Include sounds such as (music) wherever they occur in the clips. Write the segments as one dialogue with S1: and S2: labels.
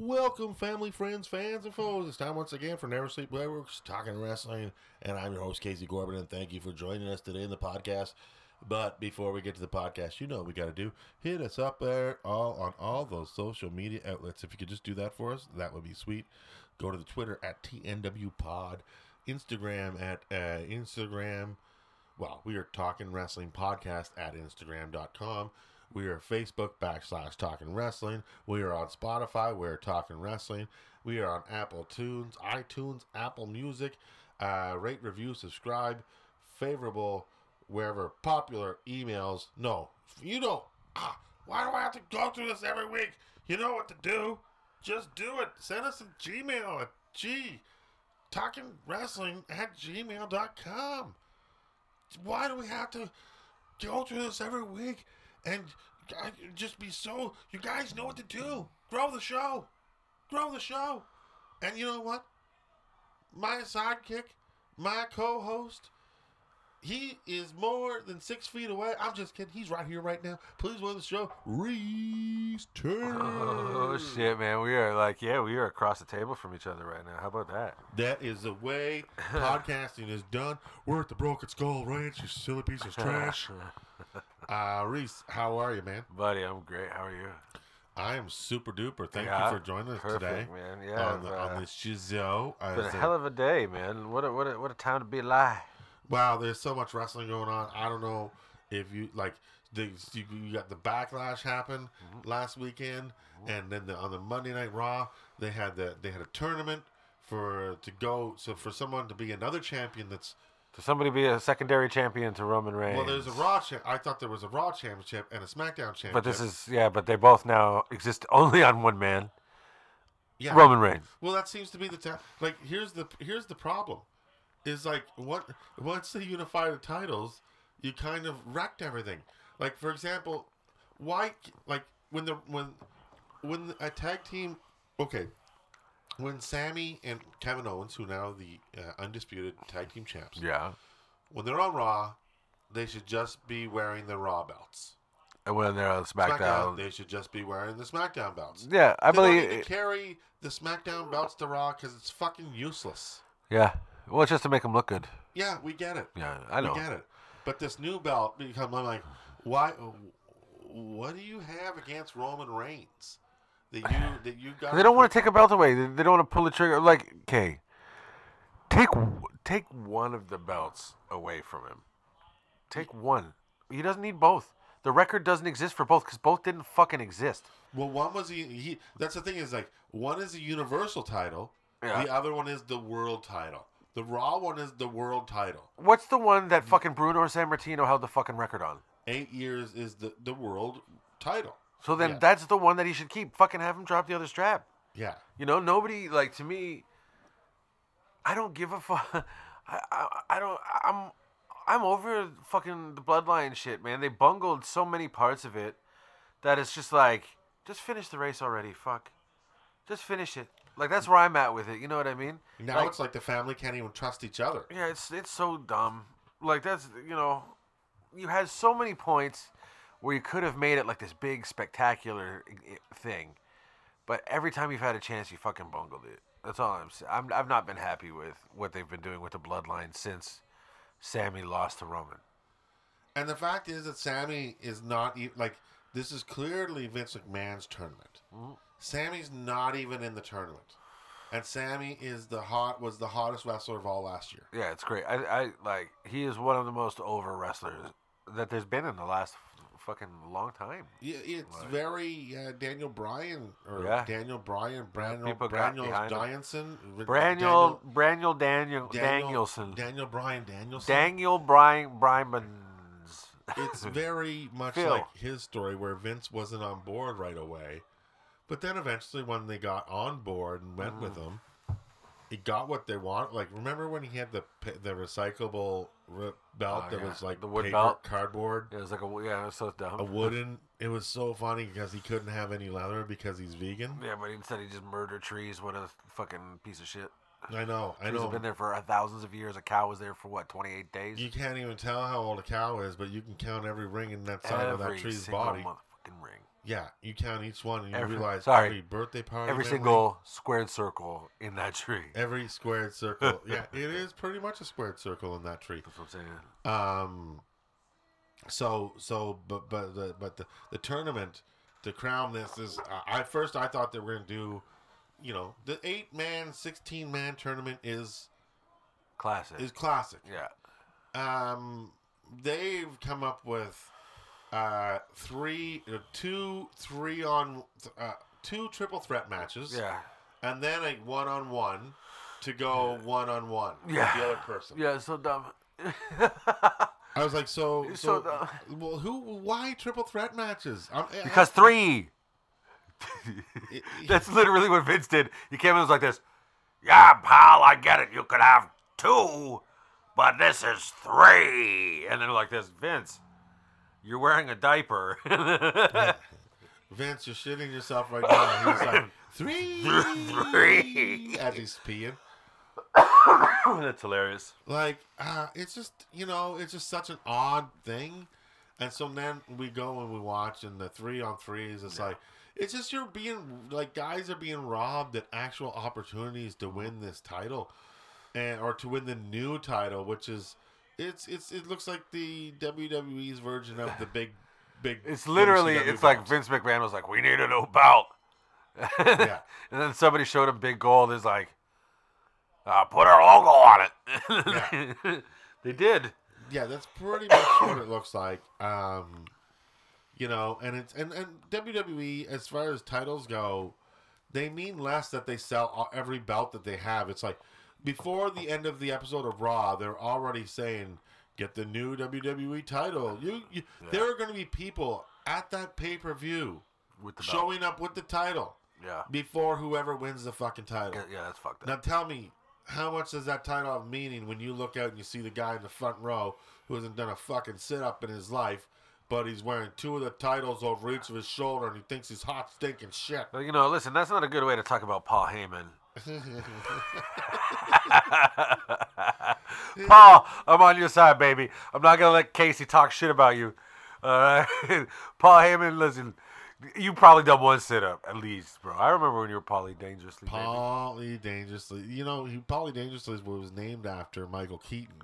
S1: Welcome, family, friends, fans, and foes. It's time once again for Never Sleep Networks Talking Wrestling, and I'm your host Casey Corbin, and thank you for joining us today in the podcast. But before we get to the podcast, you know what we got to do: hit us up there all on all those social media outlets. If you could just do that for us, that would be sweet. Go to the Twitter at TNW Pod, Instagram at uh, Instagram. Well, we are Talking Wrestling Podcast at Instagram.com. We are Facebook backslash Talking Wrestling. We are on Spotify. We're Talking Wrestling. We are on Apple Tunes, iTunes, Apple Music. Uh, rate, review, subscribe. Favorable, wherever popular emails. No, you don't. Ah, why do I have to go through this every week? You know what to do. Just do it. Send us a Gmail at G talking wrestling at gmail.com why do we have to go through this every week and I- just be so you guys know what to do grow the show grow the show and you know what my sidekick my co-host he is more than six feet away i'm just kidding he's right here right now please welcome to the show reese Turner.
S2: Oh shit, man! We are like, yeah, we are across the table from each other right now. How about that?
S1: That is the way podcasting is done. We're at the Broken Skull Ranch, you silly piece of
S2: (laughs)
S1: trash. Uh, Reese, how are you, man?
S2: Buddy, I'm great. How are you?
S1: I am super duper. Thank
S2: Yeah,
S1: you for joining us
S2: perfect,
S1: today,
S2: man. Yeah,
S1: on, uh, the,
S2: uh,
S1: on this Shizzo.
S2: Been a hell of a day, man. What a what a, what a time to be alive.
S1: wow, there's so much wrestling going on. I don't know if you like. The, you, you got the backlash happen
S2: Mm-hmm.
S1: last weekend, and then the, on the Monday Night Raw, they had the they had a tournament for to go. So for someone to be another champion, that's
S2: To somebody be a secondary champion to Roman Reigns.
S1: well, there's a Raw. Cha- I thought there was a Raw championship and a SmackDown championship.
S2: But this is yeah. But they both now exist only on one man,
S1: yeah.
S2: Roman Reigns.
S1: Well, that seems to be the ta- like. Here's the here's the problem, is like what once they unify the titles, you kind of wrecked everything. Like for example, why like when the when when a tag team okay when Sammy and Kevin Owens, who are now the uh, undisputed tag team champs,
S2: Yeah.
S1: when they're on Raw, they should just be wearing the Raw belts.
S2: And when they're on SmackDown,
S1: they should just be wearing the SmackDown belts.
S2: uh, yeah, I
S1: They don't need
S2: believe.
S1: to carry the SmackDown belts to Raw because it's fucking useless.
S2: yeah. Well, it's just to make them look good.
S1: Yeah, we get it.
S2: Yeah, I know.
S1: We get it. But this new belt become I'm like, why? uh, What do you have against Roman Reigns that
S2: (sighs)
S1: you that you got?
S2: They don't want to take a belt away. They, they don't want to pull the trigger. Like, okay, take w- take one of the belts away from him. Take one. He doesn't need both. The record doesn't exist for both because both didn't fucking exist.
S1: Well, one was he, he. That's the thing is like one is the Universal title,
S2: Yeah.
S1: the other one is the World title. The Raw one is the World title.
S2: What's the one that fucking Bruno or San Martino held the fucking record on?
S1: Eight years is the the World title.
S2: So then
S1: Yeah.
S2: that's the one that he should keep. Fucking have him drop the other strap.
S1: Yeah.
S2: You know, nobody like to me. I don't give a fuck. (laughs) I, I I don't. I'm I'm over fucking the bloodline shit, man. They bungled so many parts of it that it's just like, just finish the race already. Fuck, just finish it. Like that's where I'm at with it. You know what I mean?
S1: Now
S2: Like,
S1: it's like the family can't even trust each other.
S2: yeah, it's it's so dumb. Like that's you know, you had so many points where you could have made it like this big spectacular i- i- thing, but every time you've had a chance, you fucking bungled it. That's all I'm saying. I'm, I've not been happy with what they've been doing with the bloodline since Sammy lost to Roman.
S1: And the fact is that Sammy is not e- like this is clearly Vince McMahon's tournament.
S2: Mm.
S1: Sammy's not even in the tournament, and Sammy is the hot was the hottest wrestler of all last year.
S2: Yeah, it's great. I, I like he is one of the most over wrestlers that there's been in the last f- fucking long time.
S1: Y- It's very uh, Daniel Bryan or
S2: Yeah.
S1: Daniel Bryan, Brandel,
S2: people got
S1: Brandel
S2: behind him.
S1: Danielson,
S2: Braniel, Braniel Daniel, Danielson,
S1: Daniel Bryan Danielson.
S2: Daniel Bryan, Bryan's. (laughs)
S1: it's very much
S2: Phil.
S1: like his story where Vince wasn't on board right away, But then eventually, when they got on board and went
S2: Mm.
S1: with him, he got what they want. Like remember when he had the pa- the recyclable re- belt
S2: Oh,
S1: that
S2: yeah.
S1: was like
S2: The wood
S1: paper,
S2: belt?
S1: cardboard,
S2: It was like a yeah, it was so dumb.
S1: a wooden. It was so funny because he couldn't have any leather because he's vegan.
S2: Yeah, but instead he just murdered trees. What a fucking piece of shit.
S1: I know, I
S2: Trees
S1: know.
S2: have been there for uh, thousands of years. A cow was there for what, 28 days?
S1: You can't even tell how old a cow is, but you can count every ring in that side of that tree's
S2: single
S1: body.
S2: motherfucking ring.
S1: Yeah, you count each one, and you
S2: Every-
S1: realize
S2: sorry.
S1: every birthday party,
S2: Every
S1: memory,
S2: single squared circle in that tree.
S1: every squared
S2: (laughs)
S1: circle. yeah, it is pretty much a squared circle in that tree.
S2: That's what I'm saying.
S1: Um, so so but but the but the, the tournament to crown this is I I first I thought they were gonna do, you know, the eight man, sixteen man tournament is
S2: Classic.
S1: is classic.
S2: yeah.
S1: Um, they've come up with uh three, uh, two, three on uh, two triple threat matches.
S2: Yeah.
S1: and then a one on one to go one on one with
S2: Yeah.
S1: the other person.
S2: Yeah, it's so dumb. (laughs)
S1: I was like, so,
S2: It's
S1: so,
S2: so
S1: well, who, why triple threat matches? I'm, eh, I-
S2: because (laughs) three.
S1: I-
S2: That's literally what Vince did. He came in and was like this. Yeah, pal, I get it. You could have two, but this is three. And then like this, Vince, you're wearing a diaper. (laughs)
S1: Vince, you're shitting yourself right now. He's
S2: (laughs)
S1: like three,
S2: Three.
S1: as he's peeing.
S2: That's hilarious.
S1: Like, uh, it's just you know, it's just such an odd thing. And so then we go and we watch, and the three on threes. It's like it's just you're being like guys are being robbed at actual opportunities to win this title, and or to win the new title, which is it's it's it looks like the WWE's version of
S2: (laughs)
S1: the big big.
S2: It's literally,
S1: WCW
S2: it's like
S1: belt.
S2: Vince McMahon was like, "We need a new belt," (laughs)
S1: yeah.
S2: and then somebody showed him big gold. Is like, uh, "Put our logo on it." (laughs) they did.
S1: Yeah, that's pretty much what it looks like. Um, you know, and it's and, and WWE as far as titles go, they mean less that they sell all- every belt that they have. It's like before the end of the episode of Raw, they're already saying get the new WWE title. You, you there are going to be people at that pay per view
S2: With the belt.
S1: showing up with the title
S2: Yeah.
S1: before whoever wins the fucking title.
S2: Yeah, yeah, that's fucked up.
S1: Now tell me, how much does that title have meaning when you look out and you see the guy in the front row who hasn't done a fucking sit up in his life, but he's wearing two of the titles over each of his shoulder and he thinks he's hot stinking shit.
S2: But, you know, listen, that's not a good way to talk about Paul Heyman. Paul, I'm on your side, baby. I'm not gonna let Casey talk shit about you. All right, (laughs) Paul Heyman, listen, you probably done one sit up at least, bro. I remember when you were probably dangerously. baby.
S1: Polly Dangerously, you know, he Polly Dangerously was named after Michael Keaton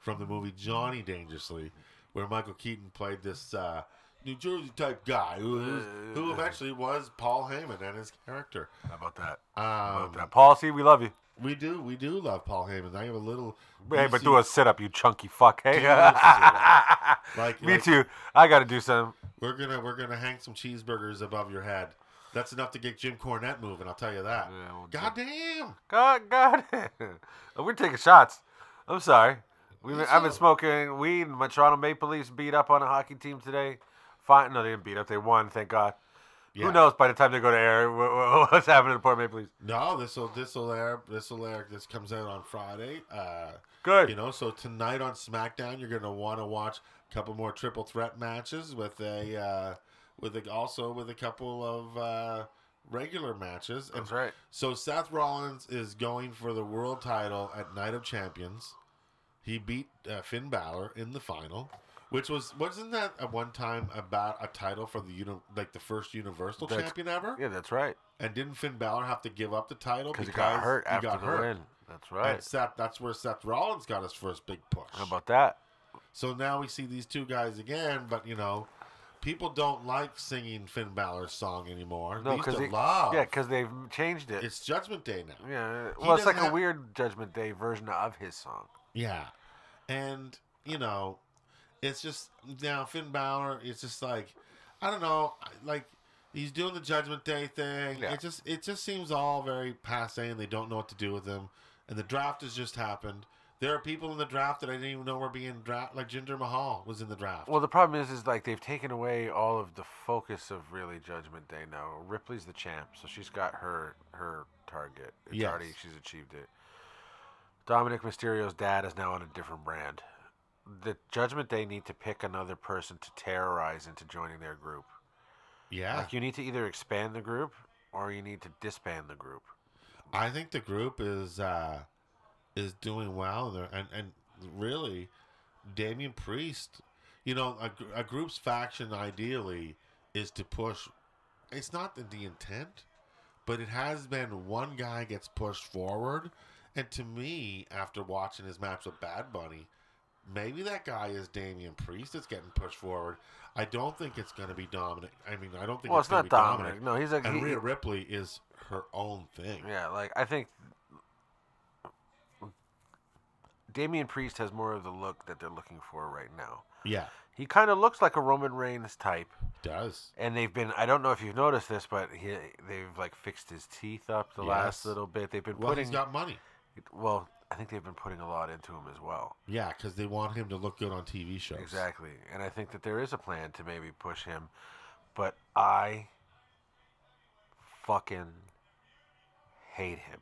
S1: from the movie Johnny Dangerously, where Michael Keaton played this uh, New Jersey type guy who who- who eventually was Paul Heyman and his character.
S2: How about that? How
S1: Um,
S2: about that? Paul, see, we love you.
S1: We do, we do love Paul Heyman. I have a little.
S2: Hey, but
S1: BC
S2: do a sit up, you chunky fuck. Hey, (laughs)
S1: Like-
S2: me
S1: like-
S2: too. I gotta do some.
S1: We're gonna we're gonna hang some cheeseburgers above your head. That's enough to get Jim Cornette moving. I'll tell you that.
S2: Yeah, well,
S1: God damn.
S2: God, God, (laughs) we're taking shots. I'm sorry. We've been, I've been
S1: So-
S2: smoking weed. and My Toronto Maple Leafs beat up on a hockey team today. Fine, no, they didn't beat up. They won. Thank God.
S1: Yeah.
S2: Who knows? By the time they go to air, wh- wh- (laughs) what's happening to the poor Maple Leafs?
S1: No, this will this will air this will air. This comes out on Friday. Uh,
S2: Good.
S1: You know, so tonight on SmackDown, you're gonna want to watch a couple more triple threat matches with a uh, with a, also with a couple of uh, regular matches. And
S2: That's right.
S1: So Seth Rollins is going for the world title at Night of Champions. He beat uh, Finn Balor in the final, which was wasn't that at one time about a title for the uni- like the first Universal
S2: That's-
S1: Champion ever?
S2: Yeah, that's right.
S1: And didn't Finn Balor have to give up the title
S2: Because he got hurt
S1: he
S2: after
S1: got
S2: the
S1: hurt?
S2: win. That's right.
S1: And Seth, that's where Seth Rollins got his first big push.
S2: How about that?
S1: so now we see these two guys again, but you know, people don't like singing Finn Balor's song anymore.
S2: No,
S1: they used
S2: because
S1: to love.
S2: yeah, because they've changed it.
S1: it's Judgment Day now.
S2: yeah.
S1: He
S2: Well, it's like
S1: doesn't
S2: a
S1: have-
S2: weird Judgment Day version of his song.
S1: Yeah. And, you know, it's just now Finn Balor, it's just like I don't know, like he's doing the judgment day thing.
S2: Yeah.
S1: It just it just seems all very passe and they don't know what to do with him. And the draft has just happened. There are people in the draft that I didn't even know were being drafted. Like Jinder Mahal was in the draft.
S2: Well, the problem is, is like they've taken away all of the focus of really Judgment Day now. Ripley's the champ, so she's got her her target. It's
S1: Yes.
S2: already she's achieved it. Dominic Mysterio's dad is now on a different brand. The Judgment Day need to pick another person to terrorize into joining their group.
S1: yeah,
S2: Like you need to either expand the group or you need to disband the group.
S1: I think the group is uh, is doing well there, and and really, Damien Priest, you know, a, gr- a group's faction ideally is to push. It's not the, the intent, but it has been one guy gets pushed forward, and to me, after watching his match with Bad Bunny. Maybe that guy is Damian Priest that's getting pushed forward. I don't think it's going to be Dominic. I mean, I don't think
S2: Well,
S1: it's,
S2: it's
S1: going
S2: not
S1: to be Dominic.
S2: Dominic. No, he's like
S1: And
S2: he,
S1: Rhea Ripley is her own thing.
S2: Yeah, like I think Damian Priest has more of the look that they're looking for right now.
S1: Yeah,
S2: He kind of looks like a Roman Reigns type,
S1: does.
S2: and they've been—I don't know if you've noticed this—but he they've like fixed his teeth up the
S1: Yes.
S2: last little bit. They've been
S1: Well,
S2: putting
S1: he's got money.
S2: well, I think they've been putting a lot into him as well.
S1: Yeah, because they want him to look good on TV shows.
S2: Exactly, and I think that there is a plan to maybe push him, but I fucking hate him.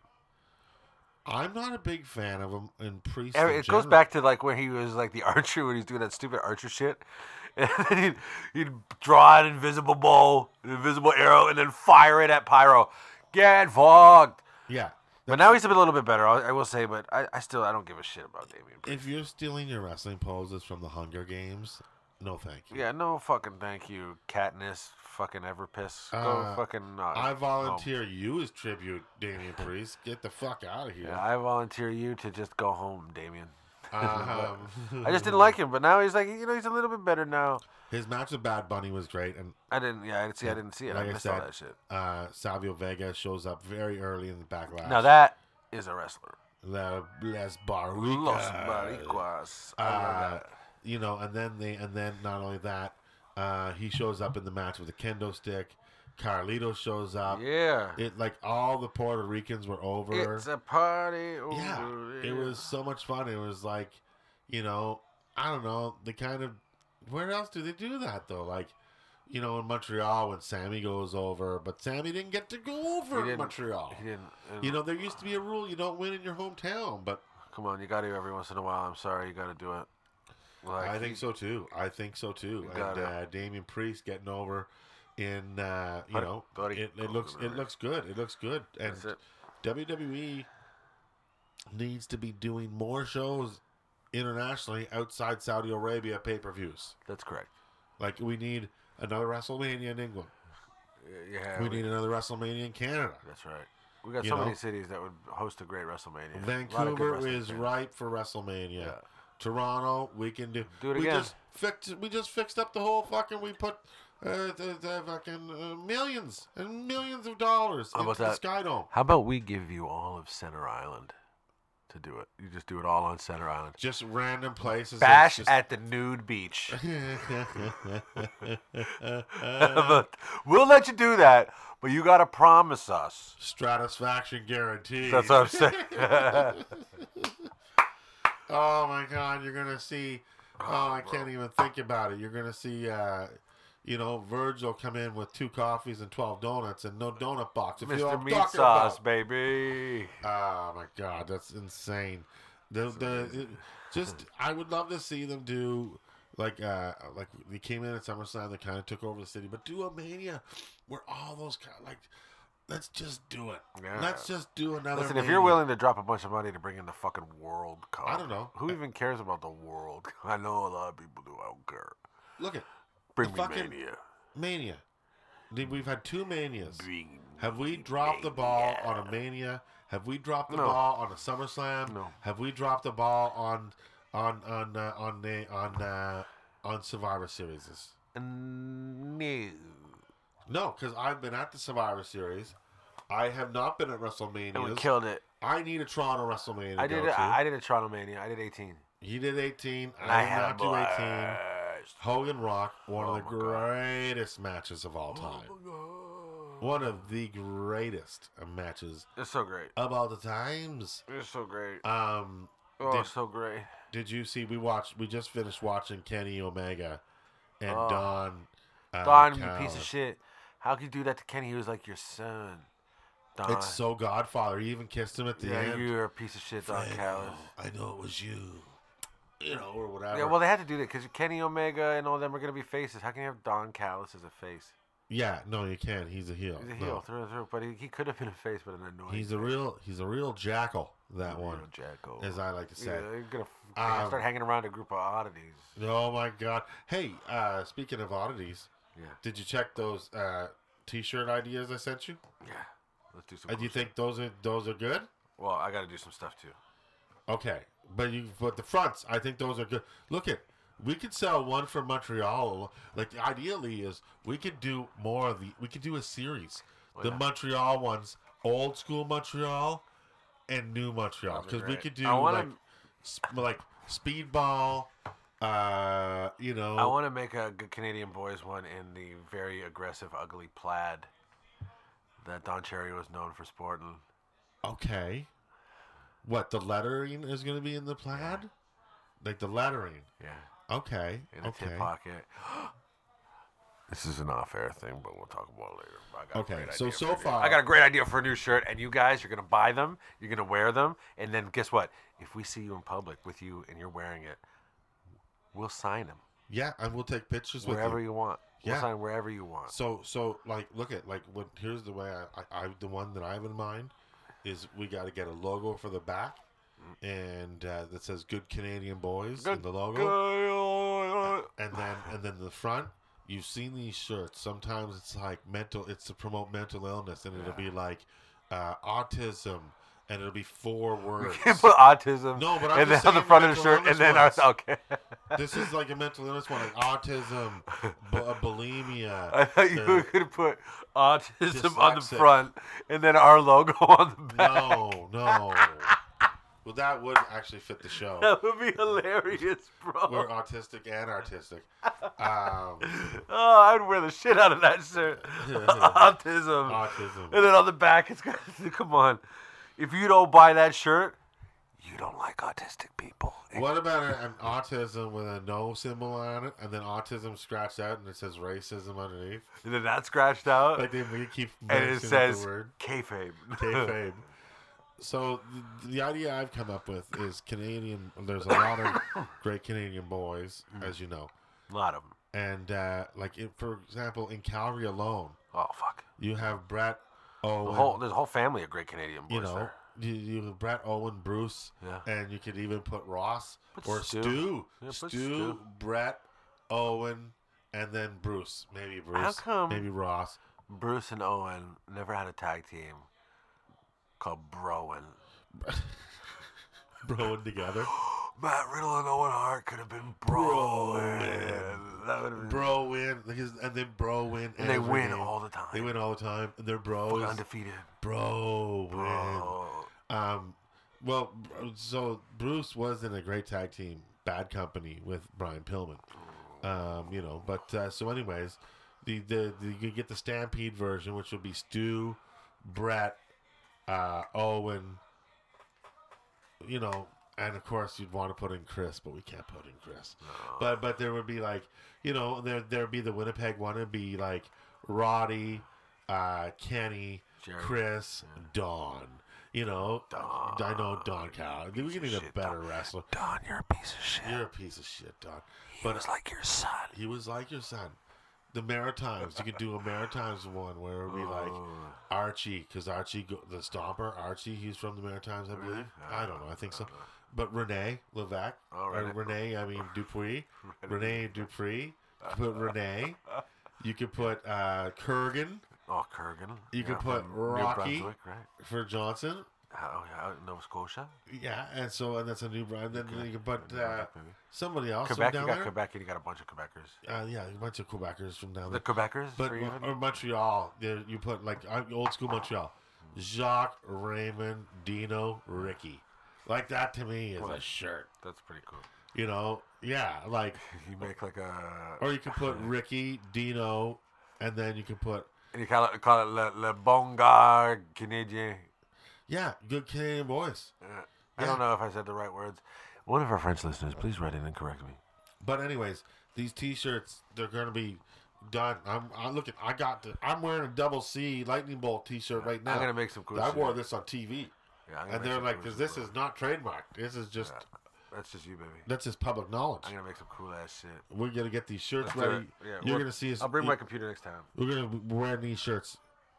S1: I'm not a big fan of him in Priest.
S2: Every-
S1: in
S2: it goes
S1: general.
S2: back to like when he was like the (laughs) archer when he's doing that stupid archer shit, (laughs) and then he'd, he'd draw an invisible bow, an invisible arrow, and then fire it at Pyro. Get fucked.
S1: Yeah.
S2: But now he's a bit- a little bit better, I I will say. But I, I still I don't give a shit about Damien. Priest.
S1: If you're stealing your wrestling poses from the Hunger Games, no thank you.
S2: Yeah, no fucking thank you, Katniss. Fucking Everpiss. Go
S1: Uh,
S2: fucking not.
S1: I volunteer
S2: Um,
S1: you as tribute,
S2: (laughs)
S1: Damian Priest. Get the fuck out of here.
S2: Yeah, I volunteer you to just go home, Damien.
S1: (laughs) Um,
S2: I
S1: (laughs)
S2: just didn't like him, but now he's like you know he's a little bit better now.
S1: his match with Bad Bunny was great, and
S2: I didn't. Yeah, I didn't see. I didn't see it.
S1: like
S2: I
S1: I
S2: missed all
S1: said,
S2: that shit.
S1: uh, Savio Vega shows up very early in the backlash.
S2: Now that is a wrestler.
S1: La, Las
S2: Los
S1: Barricas.
S2: Bariquas. I love
S1: Uh,
S2: that.
S1: you know, and then they, and then not only that, uh, he shows up in the match with a kendo stick. Carlito shows up.
S2: yeah.
S1: It like all the Puerto Ricans were over.
S2: it's a party.
S1: yeah,
S2: over
S1: it
S2: there.
S1: was so much fun. It was like, you know, I don't know the kind of where else do they do that though? Like, you know, in Montreal when Sammy goes over, but Sammy didn't get to go
S2: He
S1: over in
S2: didn't-
S1: Montreal.
S2: He didn't, and-
S1: You know, there used to be a rule you don't win in your hometown, but
S2: come on, you got to every once in a while. I'm sorry, you got to do it. Like,
S1: I think
S2: he-
S1: so too. I think so too.
S2: You
S1: And
S2: gotta-
S1: uh, Damian Priest getting over in uh, you
S2: Buddy-
S1: know
S2: buddy
S1: it, it
S2: goes
S1: looks it
S2: over.
S1: looks good. It looks good. And
S2: That's it.
S1: WWE needs to be doing more shows internationally outside Saudi Arabia pay per views.
S2: That's correct.
S1: Like we need another WrestleMania in England.
S2: Yeah.
S1: we need another WrestleMania in Canada.
S2: That's right. We got
S1: You
S2: so
S1: know?
S2: many cities that would host a great WrestleMania. A lot of good
S1: Vancouver
S2: wrestling
S1: is
S2: fans.
S1: ripe for WrestleMania.
S2: Yeah.
S1: Toronto, we can do.
S2: Do it
S1: we
S2: again.
S1: Just fixed, we just fixed up the whole fucking. We put uh, the, the fucking uh, millions and millions of dollars
S2: How
S1: into
S2: about
S1: the
S2: Oh, that?
S1: Sky Dome.
S2: How about we give you all of Center Island to do it? You just do it all on Center Island.
S1: Just random places.
S2: Bash
S1: It's just- (laughs)
S2: at (laughs) the nude beach. (laughs) But we'll let you do that, but you gotta promise us.
S1: Stratisfaction guaranteed.
S2: That's what I'm
S1: (laughs)
S2: saying. (laughs)
S1: Oh my God, you're gonna see. Oh, I can't even think about it. You're gonna see. Uh, you know, Virgil come in with two coffees and twelve donuts and no donut box. If you know what
S2: Mr.
S1: I'm
S2: Meat
S1: talking
S2: Sauce,
S1: about.
S2: baby.
S1: Oh my God, that's insane. The the it- just I would love to see them do like uh like they came in at SummerSlam, they kind of took over the city, but do a Mania where all those kind like let's just do it.
S2: Yeah.
S1: Let's just do another.
S2: Listen, if you're
S1: Mania.
S2: willing to drop a bunch of money to bring in the fucking World Cup,
S1: I don't know.
S2: who even cares about the World. Cup? (laughs) I know a lot of people do. I don't care.
S1: look at
S2: Bring
S1: The
S2: me
S1: fucking-
S2: mania.
S1: Mania. Dude, We've had two manias.
S2: Bring
S1: Have we
S2: me
S1: dropped the ball
S2: mania.
S1: on a Mania? Have we dropped the
S2: No.
S1: ball on a SummerSlam?
S2: No.
S1: Have we dropped the ball on on on uh, on the on uh, on Survivor Series?
S2: No.
S1: No, because I've been at the Survivor Series. I have not been at
S2: And we
S1: WrestleMania.
S2: killed it.
S1: I need a Toronto WrestleMania. To
S2: I did.
S1: Go to.
S2: A, I did a Toronto Mania. I did 18.
S1: he did 18.
S2: And
S1: I,
S2: I
S1: did
S2: had a
S1: not do 18.
S2: blast.
S1: Hogan Rock, one
S2: Oh
S1: of the
S2: my God.
S1: greatest matches of all
S2: Oh
S1: time.
S2: my God.
S1: One of the greatest matches Uh,
S2: It's so great.
S1: of all the times.
S2: It's so great.
S1: Um,
S2: Oh,
S1: Did-
S2: so great.
S1: Did you see? We watched. We just finished watching Kenny Omega and
S2: Oh.
S1: Don. Uh,
S2: Don, you piece
S1: Callis.
S2: of shit. How could you do that to Kenny? He was like your son. Don.
S1: It's so Godfather. He even kissed him at the
S2: yeah,
S1: end.
S2: you're a piece of shit, Don
S1: Franco,
S2: Callis.
S1: I know it was you. You know, or whatever.
S2: Yeah, well, they had to do that because Kenny Omega and all them are going to be faces. How can you have Don Callis as a face?
S1: Yeah, no, you can't. He's a heel.
S2: He's a
S1: Oh, No.
S2: heel through and through, but he, he could have been a face, but an annoying.
S1: He's a real. He's a real jackal. That
S2: you know,
S1: one,
S2: Jacko.
S1: as I like to
S2: Yeah,
S1: say.
S2: you're going to
S1: Um,
S2: start hanging around a group of oddities.
S1: Oh my God! Hey, uh, speaking of oddities,
S2: Yeah.
S1: did you check those uh, t-shirt ideas I sent you?
S2: Yeah. Let's do some.
S1: Uh, Do you
S2: cool shit.
S1: think those are those are good?
S2: Well, I got to do some stuff too.
S1: Okay, but you but the fronts, I think those are good. Look at, we could sell one from Montreal. Like ideally is we could do more of the we could do a series,
S2: Why
S1: the
S2: not?
S1: Montreal ones, old school Montreal, and new Montreal
S2: That'd be
S1: because we
S2: great.
S1: could do
S2: I wanna-
S1: like sp- like speedball, uh, you know,
S2: I want to make a good Canadian boys one in the very aggressive, ugly plaid that Don Cherry was known for sporting.
S1: okay. What the lettering is going to be in the plaid, like the lettering.
S2: Yeah,
S1: Okay,
S2: in a
S1: okay.
S2: tip pocket. (gasps) this is an off-air thing, but we'll talk about it later. I got a
S1: Okay,
S2: great
S1: so-
S2: idea
S1: so
S2: for a new-
S1: far-
S2: I got a great idea for a new shirt, and you guys, you're gonna buy them, you're gonna wear them, and then guess what? If we see you in public with you and you're wearing it, we'll sign them
S1: Yeah, and we'll take pictures with you.
S2: wherever you. want. We'll
S1: Yeah.
S2: sign wherever you want.
S1: So so like look at like what here's the way I, I, I the one that I have in mind is we got to get a logo for the back and uh, that says good Canadian boys in the logo and then and then the front you've seen these shirts sometimes it's like mental it's to promote mental illness and it'll be like uh, autism and it'll be four words
S2: (laughs) Can't put autism.
S1: No, but I'm
S2: and
S1: just
S2: then on the
S1: saying
S2: front of
S1: mental
S2: the shirt, and
S1: illness
S2: then I
S1: ones.
S2: okay. (laughs)
S1: this is like a mental illness one like autism bu- bulimia
S2: (laughs) I thought you
S1: uh,
S2: were gonna put autism on the
S1: Dyslexic.
S2: front, and then our logo (laughs) on the back.
S1: No, no. well, that would actually fit the show.
S2: That would be hilarious, bro. (laughs)
S1: We're autistic and artistic. Um,
S2: Oh, I'd wear the shit out of that shirt. (laughs) autism.
S1: Autism.
S2: And then on the back, it's got. (laughs) Come on, if you don't buy that shirt, you don't like autistic people.
S1: what about a- an autism with a no symbol on it, and then autism scratched out, and it says racism underneath?
S2: And then that scratched out,
S1: Like they we keep
S2: (laughs) and it
S1: mentioning
S2: says
S1: the word
S2: (laughs) kayfabe.
S1: kayfabe. So the, the idea I've come up with is Canadian. There's a lot
S2: (coughs)
S1: of great Canadian boys,
S2: Mm.
S1: as you know,
S2: A lot of them.
S1: and uh, like if, for example, in Calgary alone,
S2: Oh fuck.
S1: you have Brett.
S2: The
S1: Owen,
S2: whole there's a whole family of great Canadian boys
S1: you know,
S2: there.
S1: you, you have Brett Owen, Bruce,
S2: Yeah.
S1: and you could even put Ross
S2: Put
S1: or
S2: Stu.
S1: Stu,
S2: Yeah,
S1: Stu,
S2: put Stu.
S1: Brett, Owen, and then Bruce. Maybe Bruce.
S2: come-
S1: Maybe Ross.
S2: Bruce and Owen never had a tag team called Browen.
S1: Broing
S2: (gasps)
S1: together.
S2: Matt Riddle and Owen Hart could have been Browen. That would have been.
S1: Bro win, because- and then bro win.
S2: And they
S1: every
S2: win
S1: game.
S2: all the time.
S1: They win all the time. And they're bros.
S2: undefeated.
S1: bro win.
S2: Bro.
S1: Um, well, so Bruce was in a great tag team, Bad Company, with Brian Pillman. Um, you know, but uh, so, anyways, the, the the you get the Stampede version, which will be Stu, Brett, uh, Owen. You know, and of course you'd want to put in Chris, but we can't put in Chris. But but there would be like you know there there'd be the Winnipeg one. It'd be like Roddy, uh, Kenny,
S2: Jared.
S1: Chris,
S2: Mm.
S1: Don. You know, I know Don Cow. We
S2: Piece of
S1: need a
S2: shit,
S1: better
S2: Don.
S1: wrestler.
S2: Don, you're a piece of shit.
S1: You're a piece of shit, Don.
S2: he was like your son.
S1: He was like your son. The Maritimes. You could do a Maritimes one where it'd be like
S2: Oh.
S1: Archie, because Archie, go, the Stomper, Archie, he's from the Maritimes, I believe. I don't know. I think so. But Renee Levesque.
S2: Uh-huh. Oh,
S1: or
S2: Renee.
S1: Renee, I mean Dupuis. Renee Dupree. You could put Renee. You could put uh, Kurgan
S2: Oh, Kurgan.
S1: You could
S2: Yeah,
S1: put
S2: from
S1: Rocky.
S2: New Brunswick, right?
S1: for Johnson.
S2: Oh, yeah, out in Nova Scotia.
S1: Yeah, and so and that's a new brand. Then you can put uh,
S2: Quebec, maybe.
S1: somebody else
S2: Quebec,
S1: from
S2: you
S1: down
S2: got
S1: there.
S2: Quebec, and you got a bunch of Quebecers.
S1: Uh, yeah, a bunch of Quebecers from down
S2: The
S1: there.
S2: Quebecers,
S1: But uh,
S2: three even?
S1: or Montreal, there you put like uh, old
S2: Oh.
S1: school Montreal, Jacques Raymond, Dino, Ricky, like that to me is a shirt.
S2: That's pretty cool.
S1: You know, yeah, like
S2: You make like a
S1: or you can
S2: (laughs)
S1: put Ricky, Dino, and then you can put
S2: And you call it call it Le, Le Bon Gars Canadien.
S1: yeah, good Canadian boys.
S2: Uh, I don't
S1: Yeah.
S2: know if I said the right words. One of our French listeners, please write in and correct me.
S1: But anyways, these T-shirts they're gonna be done. I'm I looking. I got the. I'm wearing a double C lightning bolt T-shirt right now.
S2: I'm gonna make some cool.
S1: I
S2: shit.
S1: wore this on TV,
S2: Yeah, I'm gonna
S1: and
S2: make
S1: they're
S2: some
S1: like,
S2: cool
S1: "Cause
S2: shit,
S1: this
S2: bro.
S1: is not trademarked. This is just
S2: Yeah. That's just you, baby.
S1: that's just public knowledge."
S2: I'm gonna make some cool ass shit.
S1: We're gonna get these shirts
S2: Let's do
S1: ready.
S2: it. Yeah,
S1: You're
S2: we're-
S1: gonna see us.
S2: I'll bring
S1: you-
S2: my computer next time.
S1: We're gonna be wearing these shirts.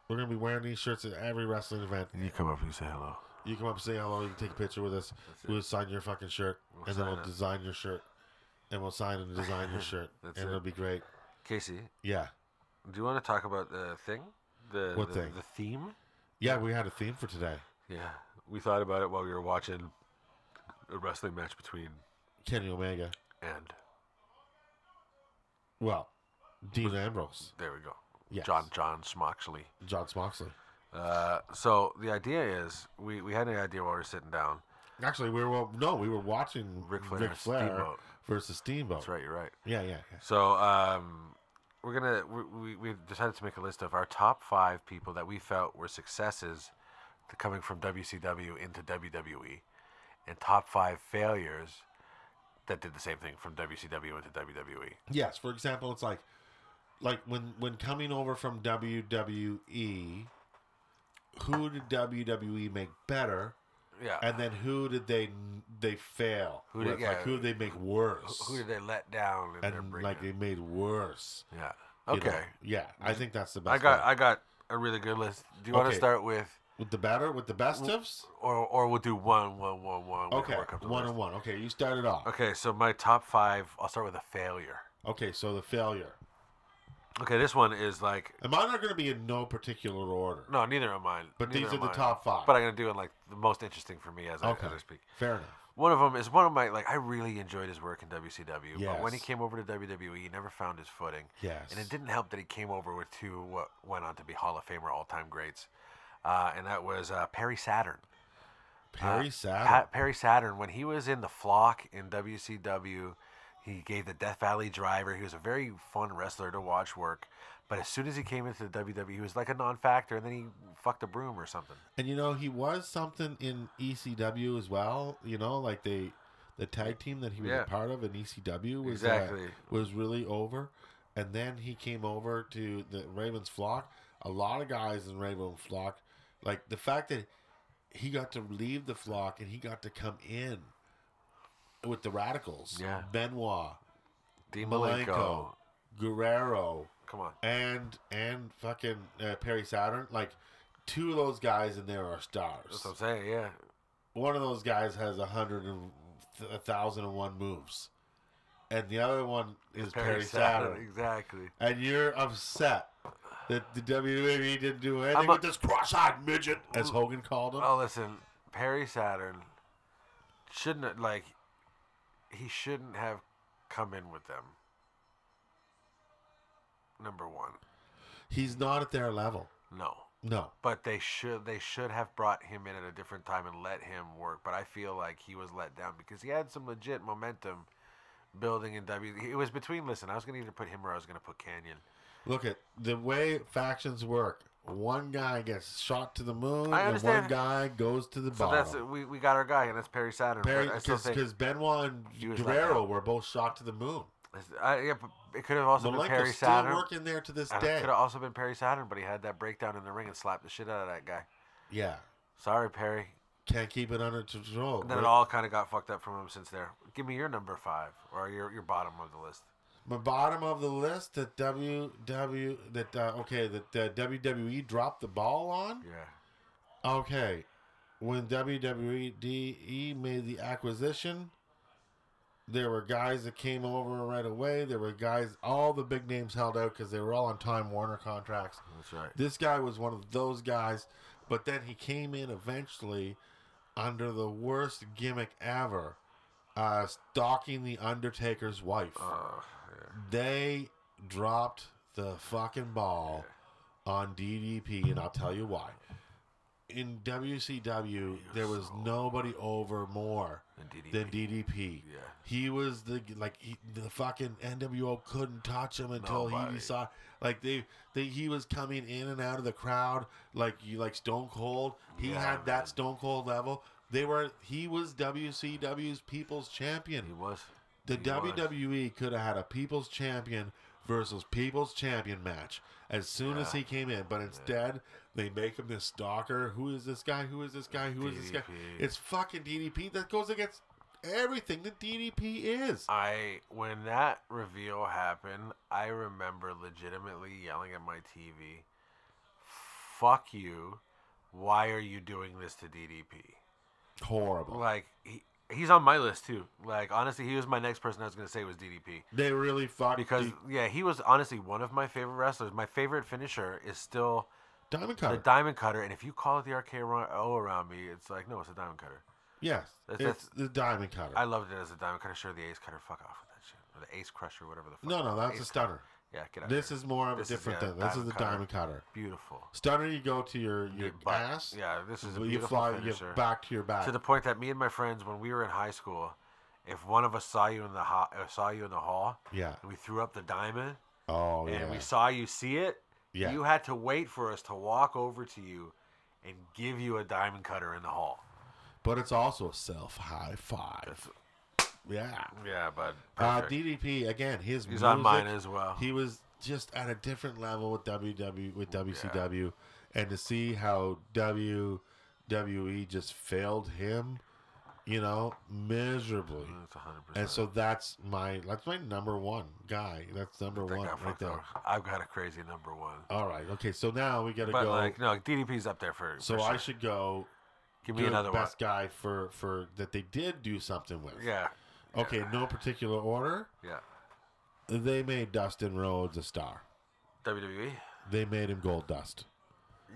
S1: We're gonna be wearing these shirts at every wrestling event.
S2: You come up and you say hello.
S1: You come up and say hello. You can take a picture with us.
S2: That's it.
S1: We'll sign your fucking shirt,
S2: We'll
S1: and then
S2: sign
S1: we'll
S2: it.
S1: design your shirt, and we'll sign and design
S2: (laughs)
S1: your shirt, and
S2: That's
S1: it.
S2: it.
S1: will be great.
S2: Casey,
S1: Yeah,
S2: do you want to talk about the thing? The
S1: What
S2: the,
S1: thing?
S2: The theme.
S1: yeah. We had a theme for today.
S2: Yeah, we thought about it while we were watching a wrestling match between
S1: Kenny Omega.
S2: and
S1: Well, Dean Ambrose,
S2: there we go.
S1: Yes.
S2: John John Smoxley.
S1: John Smoxley.
S2: Uh, so the idea is we, we had an idea while we were sitting down.
S1: Actually, we were well, no, we were watching
S2: Ric Flair and Steamboat.
S1: versus Steamboat.
S2: That's right, you're right.
S1: Yeah, yeah, yeah.
S2: So um, we're gonna we, we we decided to make a list of our top five people that we felt were successes to coming from WCW into WWE, and top five failures that did the same thing from WCW into E. WWE.
S1: Yes. For example, it's like, like when when coming over from WWE, who did WWE make better,
S2: Yeah.
S1: and then who did they they fail?
S2: Who did-
S1: It's like
S2: yeah.
S1: who did they make
S2: Who-
S1: worse?
S2: who did they let down in their
S1: and
S2: breakup?
S1: like they made worse.
S2: yeah.
S1: you
S2: Okay.
S1: know? Yeah, I think that's the best.
S2: I got
S1: one.
S2: I got a really good list. Do you want
S1: Okay.
S2: to start with?
S1: with the better with the best ofs.
S2: Or, or we'll do one, one, one, one. we can
S1: Okay,
S2: work up to the
S1: one
S2: list.
S1: and one. Okay, you started off.
S2: Okay, so my top five. I'll start with a failure.
S1: Okay, so the failure.
S2: Okay, this one is like
S1: And mine are going to be in no particular order.
S2: no, neither of mine.
S1: But
S2: neither
S1: these
S2: of
S1: are the
S2: mine.
S1: top five.
S2: But I'm gonna do it like the most interesting for me as,
S1: okay.
S2: I, as I speak.
S1: Fair enough.
S2: One of them is one of my like I really enjoyed his work in WCW, but when he
S1: Yes.
S2: came over to WWE, he never found his footing.
S1: Yes.
S2: And it didn't help that he came over with two what went on to be Hall of Famer all time greats, uh, and that was uh, Perry Saturn.
S1: Perry
S2: Uh,
S1: Saturn.
S2: Pat Perry Saturn, when he was in the flock in WCW, he gave the Death Valley driver. He was a very fun wrestler to watch work. But as soon as he came into the WWE, he was like a non factor, and then he fucked a broom or something.
S1: and you know, he was something in ECW as well. You know, like they, the tag team that he was
S2: Yeah.
S1: a part of in ECW was uh,
S2: Exactly.
S1: was really over. And then he came over to the Ravens flock. A lot of guys in Ravens flock, like the fact that he got to leave the flock and he got to come in with the radicals.
S2: Yeah.
S1: Benoit,
S2: Dean
S1: Malenko.
S2: Malenko.
S1: Guerrero,
S2: Come on.
S1: and and fucking uh, Perry Saturn. Like two of those guys in there are stars.
S2: That's what I'm saying, yeah.
S1: One of those guys has a hundred and th- a thousand and one moves, and the other one is Perry, Saturn.
S2: Exactly.
S1: And you're upset that the WWE didn't do anything
S2: I'm a-
S1: with this cross-eyed midget, as Hogan called him.
S2: Oh, listen, Perry Saturn shouldn't, have- like, he shouldn't have come in with them. Number one.
S1: He's not at their level.
S2: No.
S1: No.
S2: But they should they should have brought him in at a different time and let him work. But I feel like he was let down because he had some legit momentum building in W. It was between. Listen, I was gonna either put him or I was gonna put Canyon.
S1: Look at the way factions work. One guy gets shot to the moon,
S2: I
S1: and one
S2: understand.
S1: guy goes to the
S2: So
S1: bottom.
S2: that's we, we got our guy, and that's Perry Saturn.
S1: Perry,
S2: but I still think
S1: because Benoit
S2: He
S1: and
S2: was let
S1: Guerrero
S2: down.
S1: were both shot to the moon.
S2: I, yeah, but it could have also been Perry
S1: Malenko's still
S2: Saturn.
S1: working there to this
S2: and It
S1: day.
S2: could have also been Perry Saturn, but he had that breakdown in the ring and slapped the shit out of that guy.
S1: Yeah,
S2: Sorry, Perry.
S1: can't keep it under control.
S2: And then it
S1: right?
S2: all kind of got fucked up from him since there. Give me your number five or your your bottom of the list.
S1: My bottom of the list that WW that uh, okay that uh, WWE dropped the ball on.
S2: Yeah.
S1: Okay, when WWE E made the acquisition, there were guys that came over right away. There were guys, all the big names held out because they were all on Time Warner contracts.
S2: That's right.
S1: This guy was one of those guys, but then he came in eventually under the worst gimmick ever, uh, stalking the Undertaker's wife.
S2: Oh, yeah.
S1: They dropped the fucking ball on DDP, and I'll tell you why. In WCW, there was nobody over more
S2: Than DDP.
S1: than DDP.
S2: Yeah.
S1: He was the like he, the fucking NWO couldn't touch him until he
S2: Nobody.
S1: saw like they, they he was coming in and out of the crowd like you like Stone Cold. He
S2: Yeah,
S1: had
S2: man.
S1: that Stone Cold level. They were. He was WCW's People's Champion.
S2: He was.
S1: The
S2: He was.
S1: WWE could have had a People's Champion versus People's Champion match as soon as he came in, but instead they make him this stalker. Who is this guy? Who is this guy? Who is this guy?
S2: DDP.
S1: It's fucking DDP. That goes against everything that DDP is.
S2: I when that reveal happened, I remember legitimately yelling at my TV, "Fuck you! Why are you doing this to DDP?"
S1: Horrible.
S2: Like he, he's on my list too. Like honestly, he was my next person I was gonna say was DDP
S1: They really fucked
S2: because
S1: D-
S2: yeah, he was honestly one of my favorite wrestlers. My favorite finisher is still
S1: Diamond Cutter.
S2: the Diamond Cutter, and if you call it the RKO around me, it's like no, it's a Diamond Cutter.
S1: yes,
S2: That's-
S1: it's the Diamond Cutter.
S2: I loved it as a Diamond Cutter. Sure, the Ace Cutter, fuck off with that shit, or the Ace Crusher, whatever the fuck.
S1: no, no, that's a
S2: Ace-
S1: stunner.
S2: Yeah, get out. of
S1: This
S2: here.
S1: is more of
S2: This
S1: a
S2: is,
S1: different
S2: yeah,
S1: thing. This is
S2: Diamond
S1: the
S2: Cutter.
S1: Diamond Cutter.
S2: beautiful.
S1: Stunner, you go to your your
S2: But-
S1: ass.
S2: Yeah, this is a
S1: you
S2: beautiful
S1: fly.
S2: finisher.
S1: You back to your back.
S2: To the point that me and my friends, when we were in high school, if one of us saw you in the ho- uh, saw you in the hall,
S1: yeah.
S2: and we threw up the diamond,
S1: Oh
S2: and
S1: yeah.
S2: we saw you see it,
S1: Yeah.
S2: you had to wait for us to walk over to you and give you a diamond cutter in the hall.
S1: but it's also a self high five. Yeah.
S2: Yeah, but
S1: Uh, DDP again. His
S2: He's on mine
S1: music,
S2: as well.
S1: He was just at a different level with WW with WCW, and to see how WWE just failed him, you know, miserably.
S2: That's 100.
S1: And
S2: percent
S1: so that's my that's my number one guy. That's number one right there.
S2: I've got a crazy number one,
S1: All right. Okay. So now we got to
S2: but
S1: go.
S2: like no, DDP's up there for.
S1: so
S2: for
S1: I
S2: sure.
S1: should go.
S2: give
S1: do
S2: me another one.
S1: best guy for for that they did do something with.
S2: Yeah,
S1: Okay. No particular order.
S2: yeah.
S1: They made Dustin Rhodes a star.
S2: WWE.
S1: They made him gold dust.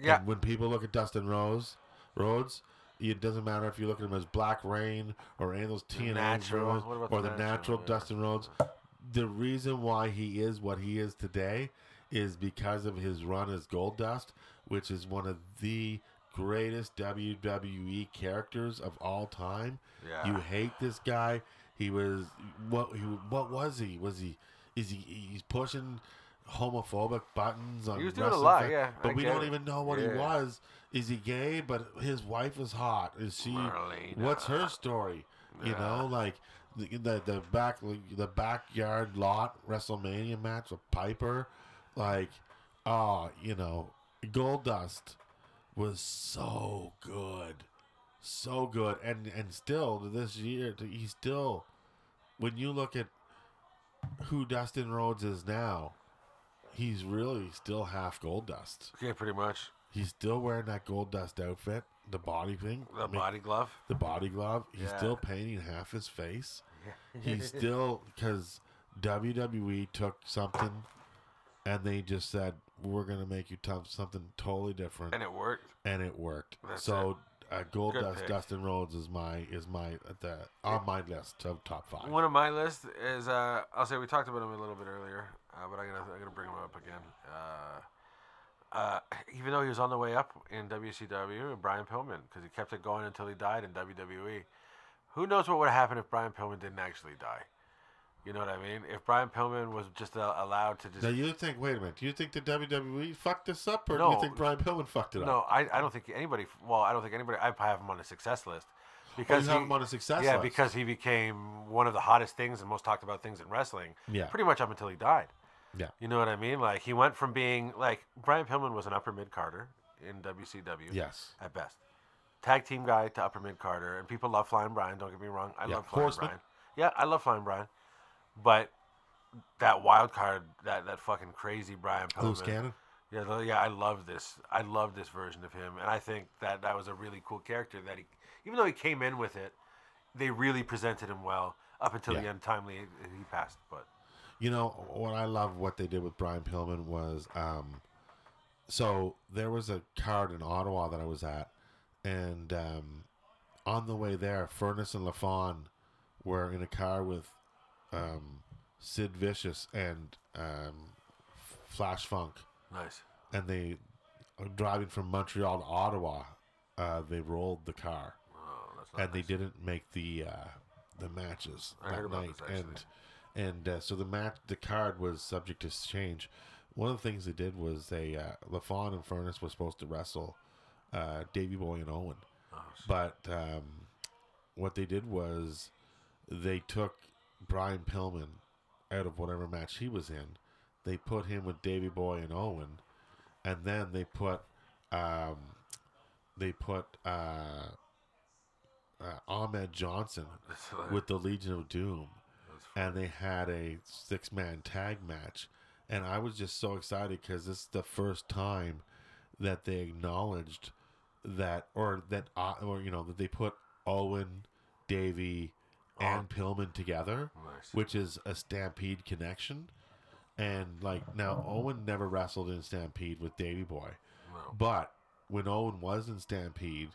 S2: E? Yeah,
S1: And when people look at Dustin Rhodes, Rhodes, it doesn't matter if you look at him as Black Rain or any of those TNA
S2: Natural.
S1: Rhodes
S2: What about
S1: or
S2: the
S1: the natural,
S2: Natural, yeah.
S1: Dustin Rhodes. The reason why he is what he is today is because of his run as Gold Dust, which is one of the greatest WWE characters of all time.
S2: Yeah.
S1: You hate this guy. He was what? He, what was he? Was he? Is he? He's pushing homophobic buttons on.
S2: He was doing a
S1: wrestling
S2: lot,
S1: fan-
S2: yeah,
S1: But
S2: I
S1: we
S2: get
S1: don't
S2: it.
S1: even know what
S2: Yeah.
S1: he was. Is he gay? But his wife is hot. Is she?
S2: Marlena.
S1: What's her story? You know, like the, the the back the backyard lot WrestleMania match with Piper, like, ah, you know, Gold Dust was so good, so good, and and still to this year, to- he still, when you look at who Dustin Rhodes is now, he's really still half Gold Dust.
S2: yeah, pretty much.
S1: He's still wearing that gold dust outfit, the body thing,
S2: The
S1: I mean,
S2: body glove.
S1: the body glove. He's
S2: Yeah.
S1: still painting half his
S2: (laughs)
S1: face. He's still because WWE E took something and they just said we're gonna make you tough something totally different,
S2: And it worked.
S1: and it worked.
S2: That's
S1: so. Uh, gold
S2: Good
S1: dust
S2: pick.
S1: dustin rhodes is my is my at the on my list of top five
S2: One of my list is uh, I'll say we talked about him a little bit earlier, uh, but I'm gonna I'm gonna bring him up again. Uh, uh, even though he was on the way up in WCW, Brian Pillman, because he kept it going until he died in WWE. Who knows what would have happened if Brian Pillman didn't actually die? You know what I mean? If Brian Pillman was just uh, allowed to just
S1: now you think wait a minute do you think the wwe fucked this up or do
S2: No.
S1: you think brian pillman fucked it up
S2: No, I, I don't think anybody. Well, I don't think anybody. I have him on a success list
S1: Oh,
S2: because
S1: you have
S2: he-
S1: him on a success
S2: Yeah,
S1: list.
S2: because he became one of the hottest things and most talked about things in wrestling.
S1: Yeah.
S2: pretty much up until he died.
S1: Yeah.
S2: you know what I mean. Like he went from being like Brian Pillman was an upper mid Carter in WCW.
S1: yes
S2: at best, tag team guy to upper mid Carter, and people love Flying Brian. Don't get me wrong, I
S1: Yeah,
S2: love Flying
S1: Horseman.
S2: Brian. Yeah, I love Flying Brian, but. That wild card, that, that fucking crazy Brian Pillman.
S1: loose cannon
S2: Yeah, though, yeah, I love this. I love this version of him, and I think that that was a really cool character. That he, even though he came in with it, they really presented him well up until the
S1: Yeah.
S2: untimely he passed. But
S1: You know what I love what they did with Brian Pillman was um, so there was a card in Ottawa that I was at, and um, on the way there, Furnace and LaFon were in a car with um, Sid Vicious and um, Flash Funk,
S2: nice,
S1: and they driving from Montreal to Ottawa. Uh, they rolled the car
S2: oh, that's not
S1: and they
S2: nice.
S1: didn't make the uh, the matches
S2: I
S1: that
S2: heard about
S1: night.
S2: this, actually.
S1: and and uh, so the match, the card was subject to change. One of the things they did was they uh, LaFon and Furnace were supposed to wrestle uh, Davy Boy and Owen,
S2: Oh,
S1: But um, what they did was they took Brian Pillman out of whatever match he was in. They put him with Davy Boy and Owen, and then they put um, they put uh, uh, Ahmed Johnson with the Legion of Doom, and they had a six man tag match. And I was just so excited because this is the first time that they acknowledged that, or that, uh, or you know, that they put Owen, Davey, and Pillman together,
S2: Nice.
S1: which is a Stampede connection. And like now, Owen never wrestled in Stampede with Davey Boy,
S2: No.
S1: but when Owen was in Stampede,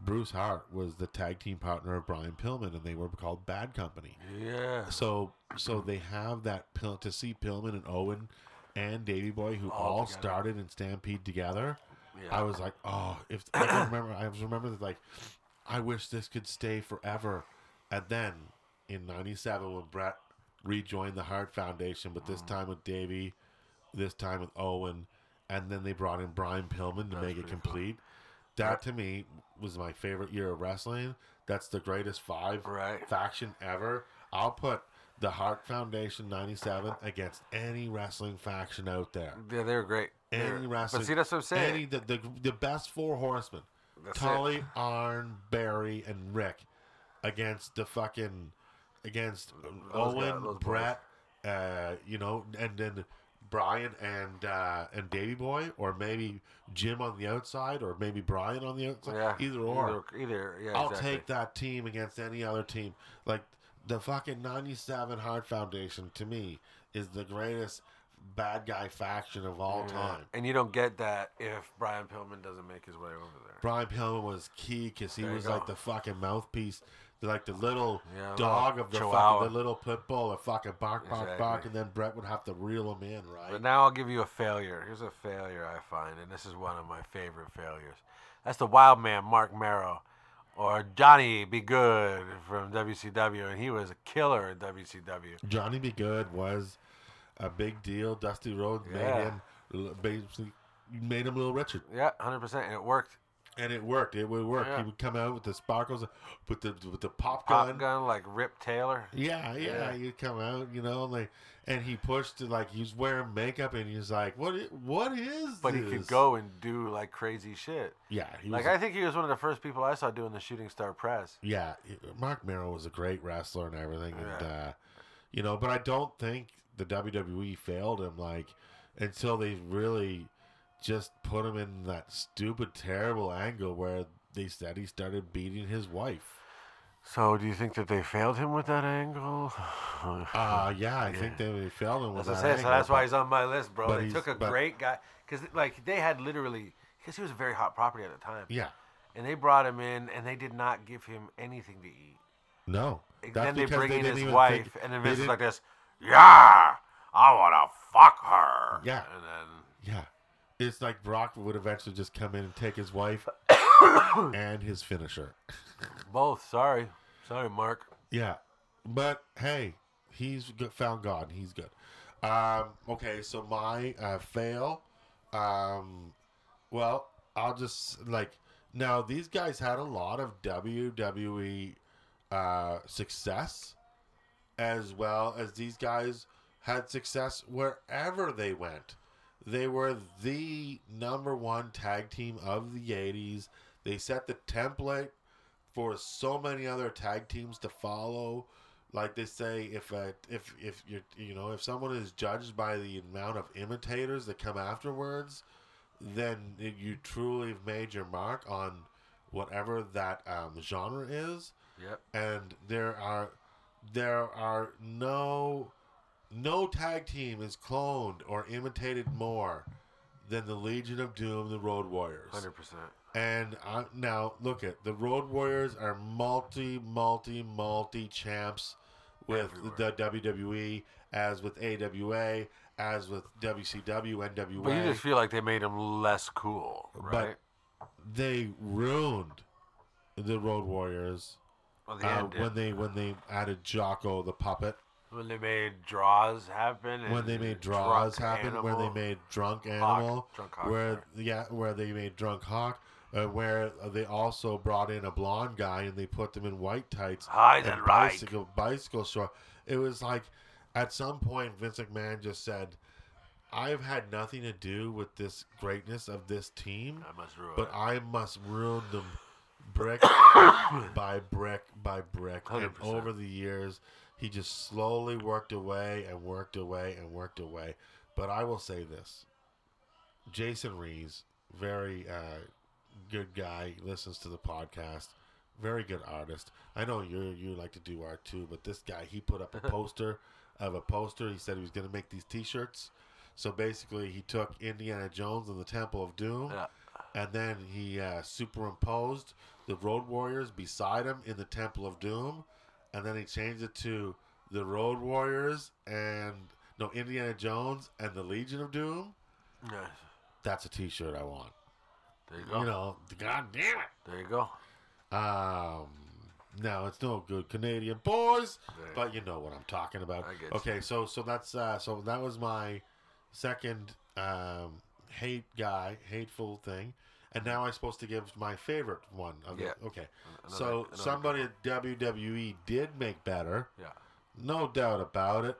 S1: Bruce Hart was the tag team partner of Brian Pillman, and they were called Bad Company.
S2: Yeah.
S1: So so they have that pill to see Pillman and Owen and Davy Boy who all,
S2: All together.
S1: started in Stampede together.
S2: Yeah.
S1: I was like, oh, if I
S2: (clears throat)
S1: can remember, I was remember that like, I wish this could stay forever. And then in '97 when Brett rejoined the Hart Foundation, but
S2: Mm.
S1: this time with Davy, this time with Owen, and then they brought in Brian Pillman to
S2: That's
S1: make it
S2: pretty cool.
S1: complete. That to me was my favorite year of wrestling. That's the greatest five
S2: Right.
S1: faction ever. I'll put the Hart Foundation 97 against any wrestling faction out there.
S2: Yeah, they were great. They
S1: Any
S2: were-
S1: wrestling.
S2: But see, that's what I'm saying.
S1: Any, the, the, the best four horsemen
S2: That's it.
S1: Tully, Arn, Barry, and Rick against the fucking. Against Owen,
S2: guys- those boys.
S1: Brett, uh, you know, and then Brian and uh, and Davy Boy, or maybe Jim on the outside, or maybe Brian on the outside.
S2: yeah.
S1: Either or.
S2: Either, either- yeah.
S1: I'll
S2: exactly.
S1: take that team against any other team. Like the fucking '97 Hart Foundation to me is the greatest bad guy faction of all
S2: Yeah.
S1: time.
S2: And you don't get that if Brian Pillman doesn't make his way over there.
S1: Brian Pillman was key because he
S2: There you
S1: was like
S2: go.
S1: the fucking mouthpiece, the- like the little
S2: Yeah, the
S1: dog
S2: little
S1: of the
S2: chihuahua.
S1: fucking the little pit bull, a fucking bark, bark, bark,
S2: Exactly.
S1: and then Brett would have to reel him in, right?
S2: But now I'll give you a failure. Here's a failure I find, and this is one of my favorite failures. That's the wild man, Mark Merrow, or Johnny Be Good from WCW, and he was a killer in WCW.
S1: Johnny B. Good was a big deal. Dusty Rhodes
S2: Yeah.
S1: made him l- basically made him Little Richard.
S2: Yeah, 100%, and it worked.
S1: And it worked. It would work.
S2: Yeah.
S1: He would come out with the sparkles, with the with the pop gun.
S2: Pop gun, like Rip Taylor.
S1: Yeah, yeah,
S2: Yeah.
S1: You come out, you know, like, and he pushed it like he was wearing makeup, and he's like, "What? i- What is?"
S2: But he
S1: this?
S2: could go and do like crazy shit.
S1: Yeah, he was.
S2: Like I think he was one of the first people I saw doing the shooting star press.
S1: yeah, Mark Merrill was a great wrestler and everything, and
S2: Yeah.
S1: uh, you know, but I don't think the WWE failed him like until they really just put him in that stupid, terrible angle where they said he started beating his wife.
S2: So do you think that they failed him with that angle? (sighs) (laughs)
S1: Uh, yeah, I think they failed him. with
S2: That's what I
S1: that
S2: said. So
S1: angle,
S2: that's
S1: but-
S2: why he's on my list, bro.
S1: but
S2: They
S1: he's-
S2: took a
S1: but-
S2: great guy because like they had literally because he was a very hot property at the time.
S1: Yeah,
S2: And they brought him in, and they did not give him anything to eat.
S1: no.
S2: And
S1: That's
S2: then they
S1: because
S2: bring in
S1: didn't
S2: his
S1: even
S2: wife,
S1: think-
S2: and then
S1: they
S2: Vince is
S1: didn't-
S2: like this. Yeah, I want to fuck her.
S1: Yeah.
S2: And then
S1: Yeah. It's like Brock would eventually just come in and take his
S2: Uh,
S1: wife and his finisher.
S2: (coughs) both. Sorry, sorry, Mark.
S1: Yeah. But hey, he's good, found God. He's good. Um, okay, so my uh, fail. Um, well, I'll just like now these guys had a lot of WWE uh, success, as well as these guys had success wherever they went. They were the number one tag team of the '80s. They set the template for so many other tag teams to follow. Like they say, if a, if if you you know if someone is judged by the amount of imitators that come afterwards, then it, you truly have made your mark on whatever that um, genre is.
S2: Yep.
S1: And there are there are no no tag team is cloned or imitated more than the Legion of Doom, the Road Warriors.
S2: Hundred percent.
S1: And I, now look at the Road Warriors are multi, multi, multi champs with
S2: Everywhere.
S1: the WWE, as with AWA, as with WCW, NWA.
S2: But you just feel like they made him less cool, right?
S1: they ruined the Road Warriors
S2: Well, they
S1: uh,
S2: had to-
S1: when they when they added Jocko the puppet,
S2: when they made draws happen.
S1: when
S2: and
S1: they made
S2: drunk
S1: draws happen, when
S2: animal.
S1: they made drunk animal,
S2: Drunk Hawk,
S1: where
S2: sorry.
S1: yeah, where they made drunk hawk, uh, where uh, they also brought in a blonde guy and they put them in white tights
S2: Heidenreich.
S1: and bicycle bicycle short. It was like at some point Vince McMahon just said, "I've had nothing to do with this greatness of this team,
S2: I must ruin
S1: but
S2: it.
S1: I must ruin them." Brick by brick by brick, and
S2: 100%.
S1: over the years, he just slowly worked away and worked away and worked away. But I will say this: Jason Rees, very uh, good guy, listens to the podcast, very good artist. I know you you like to do art too, but this guy he put up a poster of a poster. He said he was going to make these T-shirts. So basically, he took Indiana Jones and the Temple of Doom,
S2: Yeah.
S1: and then he uh, superimposed the Road Warriors beside him in the Temple of Doom, and then he changed it to the Road Warriors and no Indiana Jones and the Legion of Doom.
S2: Yes.
S1: That's a T-shirt I want.
S2: There you go.
S1: You know, God damn it.
S2: There you go.
S1: Um, no, it's no good Canadian boys,
S2: Right.
S1: but you know what I'm talking about.
S2: I get you.
S1: okay, so so that's uh, so that was my second um, hate guy, hateful thing, and now I'm supposed to give my favorite one. Of
S2: Yeah.
S1: The, okay,
S2: Another-
S1: so
S2: another
S1: somebody at WWE did make better,
S2: Yeah.
S1: no doubt about it.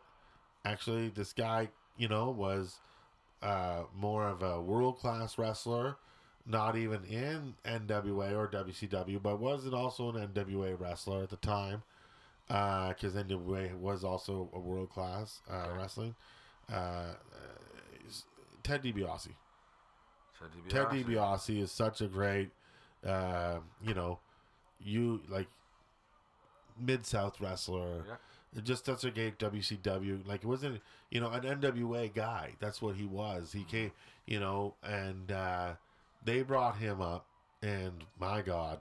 S1: Actually, this guy, you know, was uh, more of a world class wrestler, not even in NWA or WCW, but wasn't also an NWA wrestler at the time, uh, because NWA was also a world class uh, wrestling. Uh, uh, Ted DiBiase.
S2: Ted DiBiase.
S1: Ted DiBiase is such a great, uh, you know, you like mid South wrestler.
S2: Yeah.
S1: It Just such a great WCW. Like it wasn't, you know, an NWA guy. That's what he was. He came, you know, and uh, they brought him up, and my God,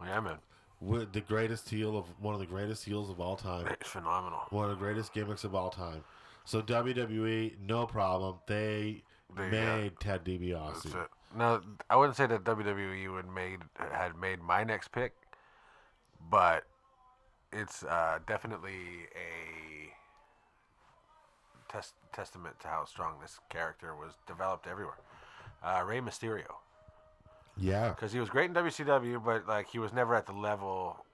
S2: Oh, yeah, man.
S1: with the greatest heel of one of the greatest heels of all time.
S2: It's phenomenal.
S1: One of the greatest gimmicks of all time. So WWE, no problem. They
S2: They, uh,
S1: made Ted DiBiase.
S2: That's it. Now, I wouldn't say that WWE would made had made my next pick, but it's uh, definitely a test, testament to how strong this character was developed everywhere. Uh, Rey Mysterio,
S1: Yeah.
S2: because he was great in WCW, but like he was never at the level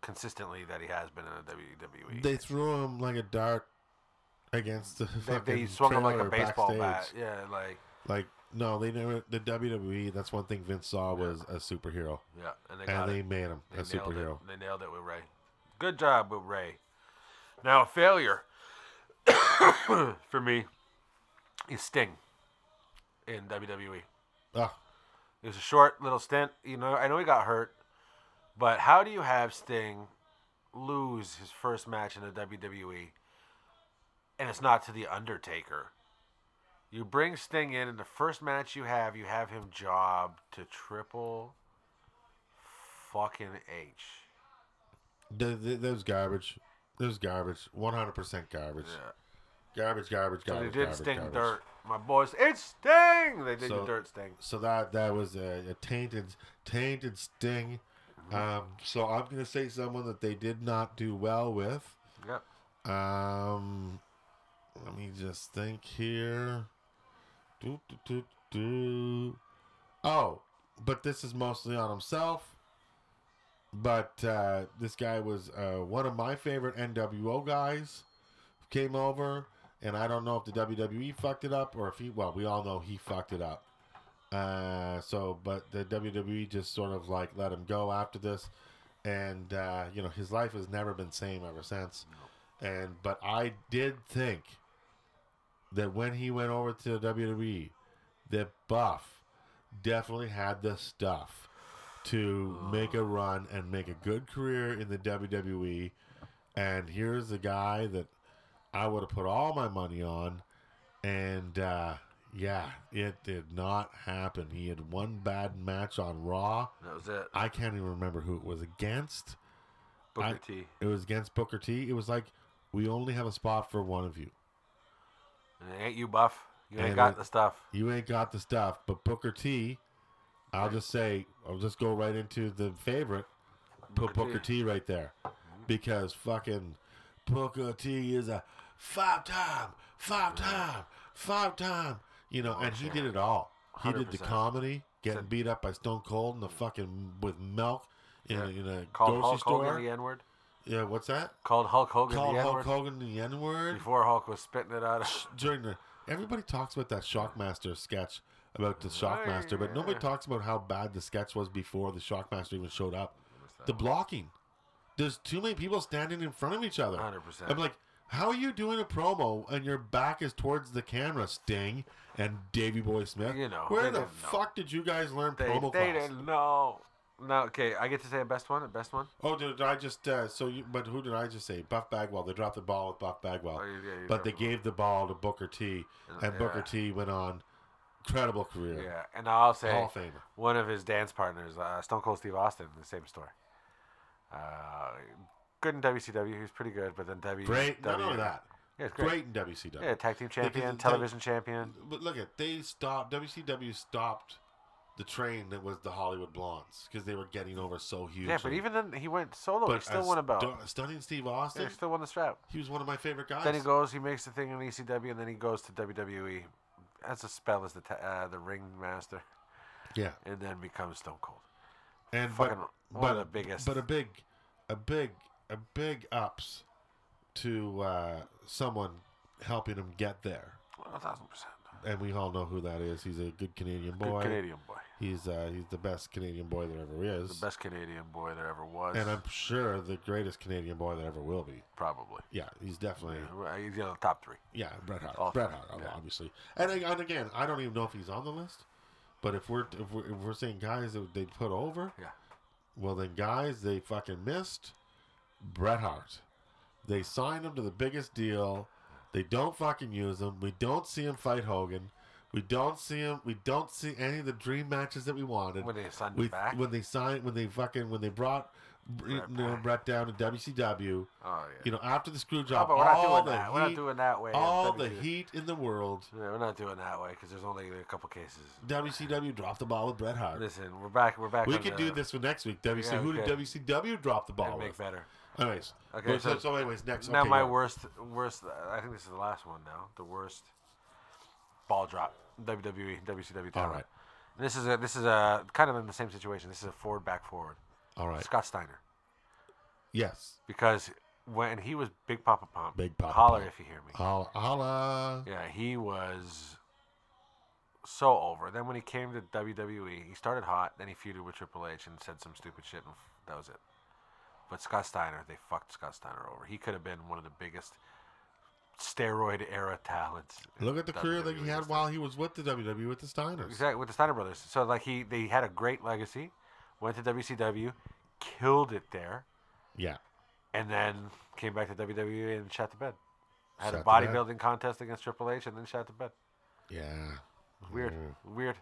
S2: consistently that he has been in the E. WWE.
S1: They threw him like a dart against the.
S2: They,
S1: fucking
S2: they swung him like a
S1: trailer
S2: baseball bat.
S1: backstage.
S2: Yeah, like
S1: Like no, they never. The WWE. That's one thing Vince saw was a superhero,
S2: yeah, and they got
S1: and they
S2: it.
S1: made him a
S2: nailed it.
S1: superhero.
S2: They nailed it with Ray. Good job with Ray. Now, failure (coughs) for me is Sting in E. WWE.
S1: Ah,
S2: It was a short little stint. You know, I know he got hurt, but how do you have Sting lose his first match in the WWE and it's not to The Undertaker? You bring Sting in, and the first match you have, you have him job to triple fucking H.
S1: th- th- there's garbage. There's garbage. One hundred percent garbage.
S2: Yeah.
S1: Garbage. Garbage.
S2: So they
S1: Garbage.
S2: did
S1: garbage,
S2: Sting
S1: garbage.
S2: Dirt. My boys, it's Sting! They did
S1: So-
S2: the Dirt Sting.
S1: So that that was a, a tainted tainted sting.
S2: Mm-hmm.
S1: Um, so I'm gonna say someone that they did not do well with.
S2: Yep.
S1: Um, let me just think here. Do, do, do, do. Oh, but this is mostly on himself. But uh, this guy was uh, one of my favorite NWO guys. Came over, and I don't know if the WWE fucked it up or if he. Well, we all know he fucked it up. Uh, so, but the WWE just sort of like let him go after this, and uh, you know his life has never been same ever since. And but I did think that when he went over to the WWE, that Buff definitely had the stuff to make a run and make a good career in the WWE. And here's the guy that I would have put all my money on. And uh, yeah, it did not happen. He had one bad match on Raw.
S2: That was it.
S1: I can't even remember who it was against.
S2: Booker
S1: I-
S2: T.
S1: It was against Booker T. It was like, we only have a spot for one of you.
S2: And it ain't you, Buff. You ain't
S1: And
S2: got
S1: it-
S2: the stuff.
S1: You ain't got the stuff, but Booker T. I'll just say, I'll just go right into the favorite. Put
S2: Booker
S1: Booker T. right there, because fucking Booker T. is a five time, five time, five time. You know, and he did it all. He did the
S2: 100%.
S1: comedy, getting
S2: Said-
S1: beat up by Stone Cold in the fucking with milk in, a,
S2: Yeah.
S1: in a
S2: Called
S1: grocery
S2: Hulk
S1: store.
S2: Hogan the N word.
S1: Yeah, what's that?
S2: Called Hulk Hogan
S1: Called
S2: the N
S1: Hulk
S2: word.
S1: Hogan the N word
S2: Before Hulk was spitting it out. (laughs)
S1: during the. Everybody talks about that Shockmaster sketch about the Shockmaster, but nobody
S2: Yeah.
S1: talks about how bad the sketch was before the Shockmaster even showed up. The blocking. There's too many people standing in front of each other.
S2: 100%.
S1: I'm like, how are you doing a promo and your back is towards the camera, Sting and Davy Boy Smith?
S2: You know,
S1: where
S2: they
S1: the
S2: didn't know.
S1: fuck did you guys learn
S2: They,
S1: promo
S2: they
S1: class?
S2: didn't know. No, okay, I get to say a best one. A best one.
S1: Oh, did I just uh, so? You, but who did I just say? Buff Bagwell. They dropped the ball with Buff Bagwell,
S2: Oh, yeah, yeah,
S1: but they
S2: definitely.
S1: gave the ball to Booker T, and Booker
S2: Uh, Yeah.
S1: T went on incredible career,
S2: Yeah, and I'll say
S1: Hall of Famer.
S2: one of his dance partners, uh, Stone Cold Steve Austin, the same story. Uh, good in WCW, he was pretty good, but then W.
S1: Great, not
S2: W-
S1: only that,
S2: Yeah, it's great.
S1: great in WCW.
S2: Yeah, tag team
S1: Because
S2: champion,
S1: the tag-
S2: television champion.
S1: But look at they stopped WCW stopped the train that was the Hollywood Blondes because they were getting over so huge.
S2: Yeah, but even then, he went solo. he still won a belt.
S1: stunning Steve
S2: Yeah,
S1: Austin.
S2: he still won the strap.
S1: he was one of my favorite guys.
S2: Then he goes, he makes the thing in ECW, and then he goes to WWE, has a spell as the ta- uh, the ring master,
S1: yeah,
S2: and then becomes Stone Cold.
S1: and
S2: Fucking
S1: but,
S2: one of
S1: but-
S2: the biggest.
S1: But a big, a big, a big ups to uh, someone helping him get there,
S2: A thousand percent.
S1: and we all know who that is. He's a good Canadian
S2: Good
S1: boy.
S2: Canadian boy.
S1: He's uh, he's the best Canadian boy there ever is,
S2: The best Canadian boy there ever was.
S1: and I'm sure the greatest Canadian boy there ever will be.
S2: probably.
S1: Yeah, he's definitely
S2: Yeah, He's in the top three.
S1: yeah, Bret Hart.
S2: Awesome.
S1: Bret Hart,
S2: Yeah.
S1: obviously. And, ag- and again, I don't even know if he's on the list. But if we're if we're, if we're saying guys that they put over,
S2: Yeah.
S1: well then guys they fucking missed Bret Hart. They signed him to the biggest deal. They don't fucking use him. We don't see him fight Hogan. We don't see him. We don't see any of the dream matches that we wanted.
S2: When they signed him
S1: we,
S2: back?
S1: when they signed when they fucking when they brought Br- you
S2: Bret
S1: know,
S2: back.
S1: Bret down to WCW.
S2: Oh yeah.
S1: You know after the screw
S2: Oh,
S1: job,
S2: but we're not
S1: all
S2: doing
S1: the
S2: that. we're not
S1: heat-
S2: doing that way. in
S1: all the
S2: WWE.
S1: heat in the world.
S2: Yeah, we're not doing that way because there's only a couple cases.
S1: WCW dropped the ball with Bret Hart.
S2: Listen, we're back. We're back.
S1: We
S2: on
S1: could
S2: the-
S1: do this for next week. WC,
S2: uh, Yeah,
S1: who
S2: okay.
S1: did WCW drop the
S2: and
S1: ball
S2: make
S1: with?
S2: better.
S1: Anyways,
S2: Okay,
S1: okay, so,
S2: so-
S1: so anyways, next.
S2: Now
S1: okay,
S2: my
S1: go.
S2: worst, worst. I think this is the last one now. The worst ball drop. E, WWE, WCW. Talent.
S1: All right.
S2: And This is a this is a kind of in the same situation. This is a forward back forward.
S1: All right.
S2: Scott Steiner,
S1: Yes.
S2: because when he was Big Papa Pump,
S1: Big Papa
S2: holler
S1: Pump.
S2: if you hear me.
S1: Holla. holla.
S2: Yeah, he was so over. Then when he came to WWE, he started hot. Then he feuded with Triple H and said some stupid shit, and f- that was it. But Scott Steiner, they fucked Scott Steiner over. He could have been one of the biggest steroid era talents. in
S1: Look at the career that he
S2: WWE
S1: had
S2: history.
S1: while he was with the WWE with the Steiners.
S2: exactly with the Steiner brothers. So like he, they had a great legacy. Went to WCW, killed it there,
S1: Yeah.
S2: and then came back to WWE and shot to bed. Had a
S1: Shot to bed.
S2: bodybuilding contest against Triple H and then shot to bed.
S1: Yeah.
S2: Weird. Weird.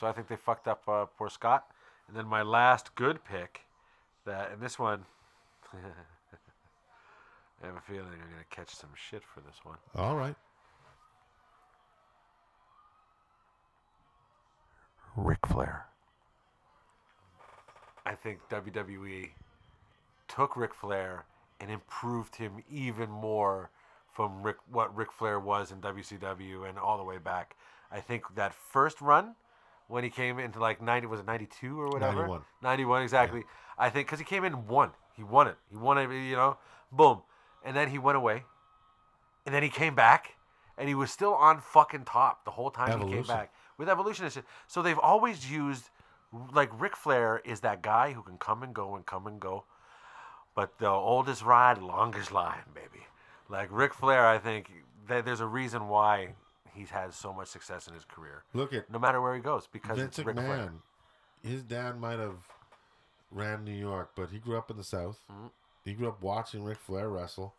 S2: So I think they fucked up uh, poor Scott. And then my last good pick, that and this one, (laughs) I have a feeling I'm gonna catch some shit for this one.
S1: All right.
S2: Ric Flair. I think WWE took Ric Flair and improved him even more from Ric, what Ric Flair was in WCW and all the way back. I think that first run when he came into like 90, was it 92 or whatever?
S1: 91.
S2: 91, exactly. I think because he came in and won. He won it. He won it, you know, boom. And then he went away. And then he came back and he was still on fucking top the whole time he came
S1: Evolution.
S2: back with evolution and shit. So they've always used like Ric Flair is that guy who can come and go and come and go, but the oldest ride, longest line, baby. Like Ric Flair, I think that there's a reason why he's had so much success in his career,
S1: Look at
S2: no matter where he goes, because
S1: Vince
S2: it's Ric Flair.
S1: McMahon. His dad might have ran New York, but he grew up in the South.
S2: Mm-hmm.
S1: He grew up watching Ric Flair wrestle.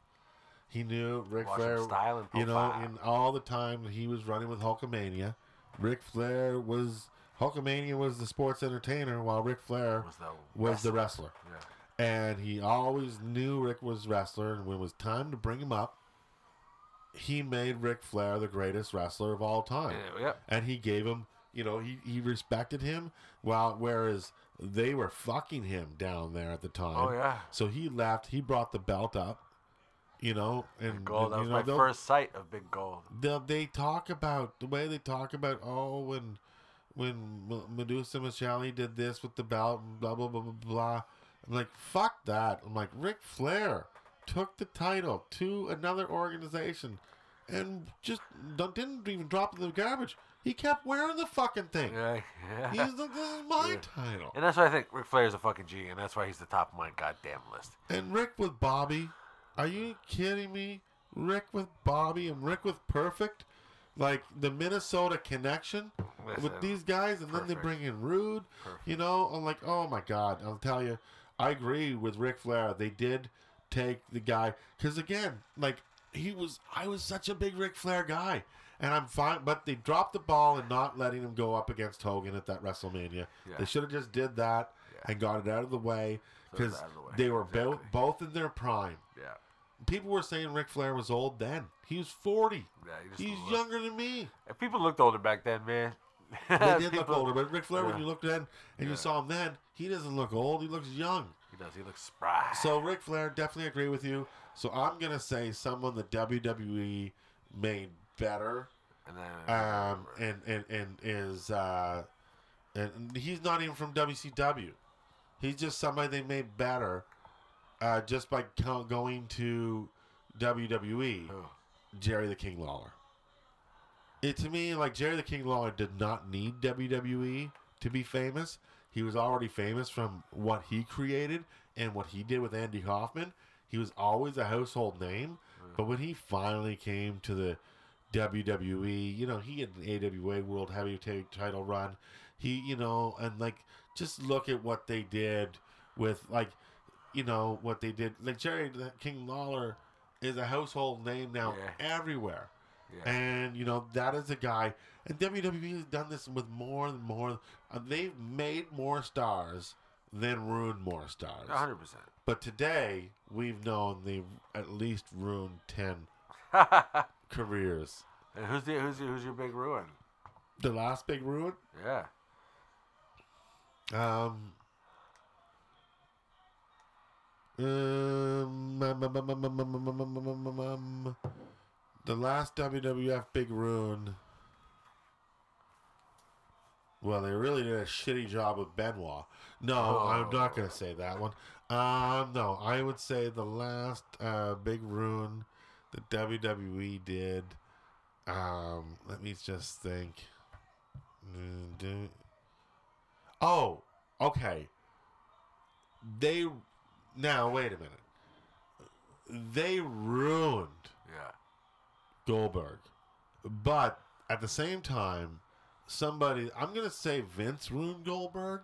S1: He knew Ric
S2: Watch him
S1: Flair,
S2: style and
S1: you know,
S2: profile.
S1: in all the time that he was running with Hulkamania. Ric Flair was Hulkamania was the sports entertainer, while Ric Flair
S2: Was the
S1: was the wrestler.
S2: Yeah.
S1: And he always knew Rick was wrestler, and when it was time to bring him up, he made Ric Flair the greatest wrestler of all time
S2: Yeah, yep.
S1: and he gave him you know he, he respected him while whereas they were fucking him down there at the time
S2: Oh yeah.
S1: so he left he brought the belt up you know and
S2: Gold. oh, That
S1: you
S2: was
S1: know,
S2: my
S1: they'll-
S2: first sight of big gold.
S1: they'll- they talk about the way they talk about oh and when M- Medusa Michele did this with the belt, and blah blah blah blah blah. I'm like, fuck that. I'm like, Ric Flair took the title to another organization, and just don't- didn't even drop it in the garbage. He kept wearing the fucking thing.
S2: Yeah. (laughs)
S1: He's like, this is my
S2: Yeah.
S1: title.
S2: And that's why I think Ric Flair is a fucking G, and that's why he's the top of my goddamn list.
S1: And Rick with Bobby. Are you kidding me? Rick with Bobby and Rick with Perfect. Like the Minnesota connection with
S2: Listen,
S1: these guys, and then they
S2: Perfect.
S1: bring in Rude. You know, I'm like, oh my God. I'll tell you, I agree with Ric Flair. They did take the guy. Because again, like, he was, I was such a big Ric Flair guy. And I'm fine, but they dropped the ball and not letting him go up against Hogan at that WrestleMania.
S2: Yeah.
S1: They should have just did that
S2: Yeah.
S1: and got it out of the way
S2: So it's
S1: because
S2: out of the way.
S1: they were
S2: Exactly.
S1: both both in their prime.
S2: Yeah.
S1: People were saying Ric Flair was old then. He was forty.
S2: Yeah. You just
S1: He's
S2: look-
S1: younger than me.
S2: If people looked older back then,
S1: (laughs)
S2: man.
S1: They did look
S2: People-
S1: older, but Ric Flair, when
S2: yeah.
S1: you looked then and you
S2: Yeah.
S1: saw him then, he doesn't look old. He looks young.
S2: He does. He looks spry.
S1: So Ric Flair, definitely agree with you. So I'm gonna say someone that WWE E made better,
S2: and then,
S1: um, and and and is, uh, and and he's not even from WCW. He's just somebody they made better, uh, just by co- going to WWE.
S2: Who?
S1: Jerry the King Lawler. It to me like Jerry the King Lawler did not need WWE to be famous. He was already famous from what he created and what he did with Andy Hoffman. He was always a household name, but when he finally came to the WWE, you know, he had an AWA World Heavyweight Title run. He, you know, and like just look at what they did with like, you know, what they did. Like Jerry the King Lawler is a household name now
S2: Yeah.
S1: everywhere.
S2: Yeah.
S1: And you know that is a guy, and WWE has done this with more and more. Uh, they've made more stars than ruined more stars.
S2: A hundred percent.
S1: But today we've known they've at least ruined ten
S2: (laughs) and
S1: careers.
S2: who's the who's the, who's your big ruin?
S1: The last big ruin,
S2: Yeah.
S1: um, um, um, um, um, um, um, um, um, um, um, um, um, the last WWF big ruin. Well, they really did a shitty job with Benoit. No, I'm not going to say that one. Um, no, I would say the last uh, big ruin that WWE did. Um, let me just think. Mm, do- Oh, okay. They now wait a minute. They ruined
S2: Yeah.
S1: Goldberg, but at the same time, somebody I'm gonna say Vince ruined Goldberg.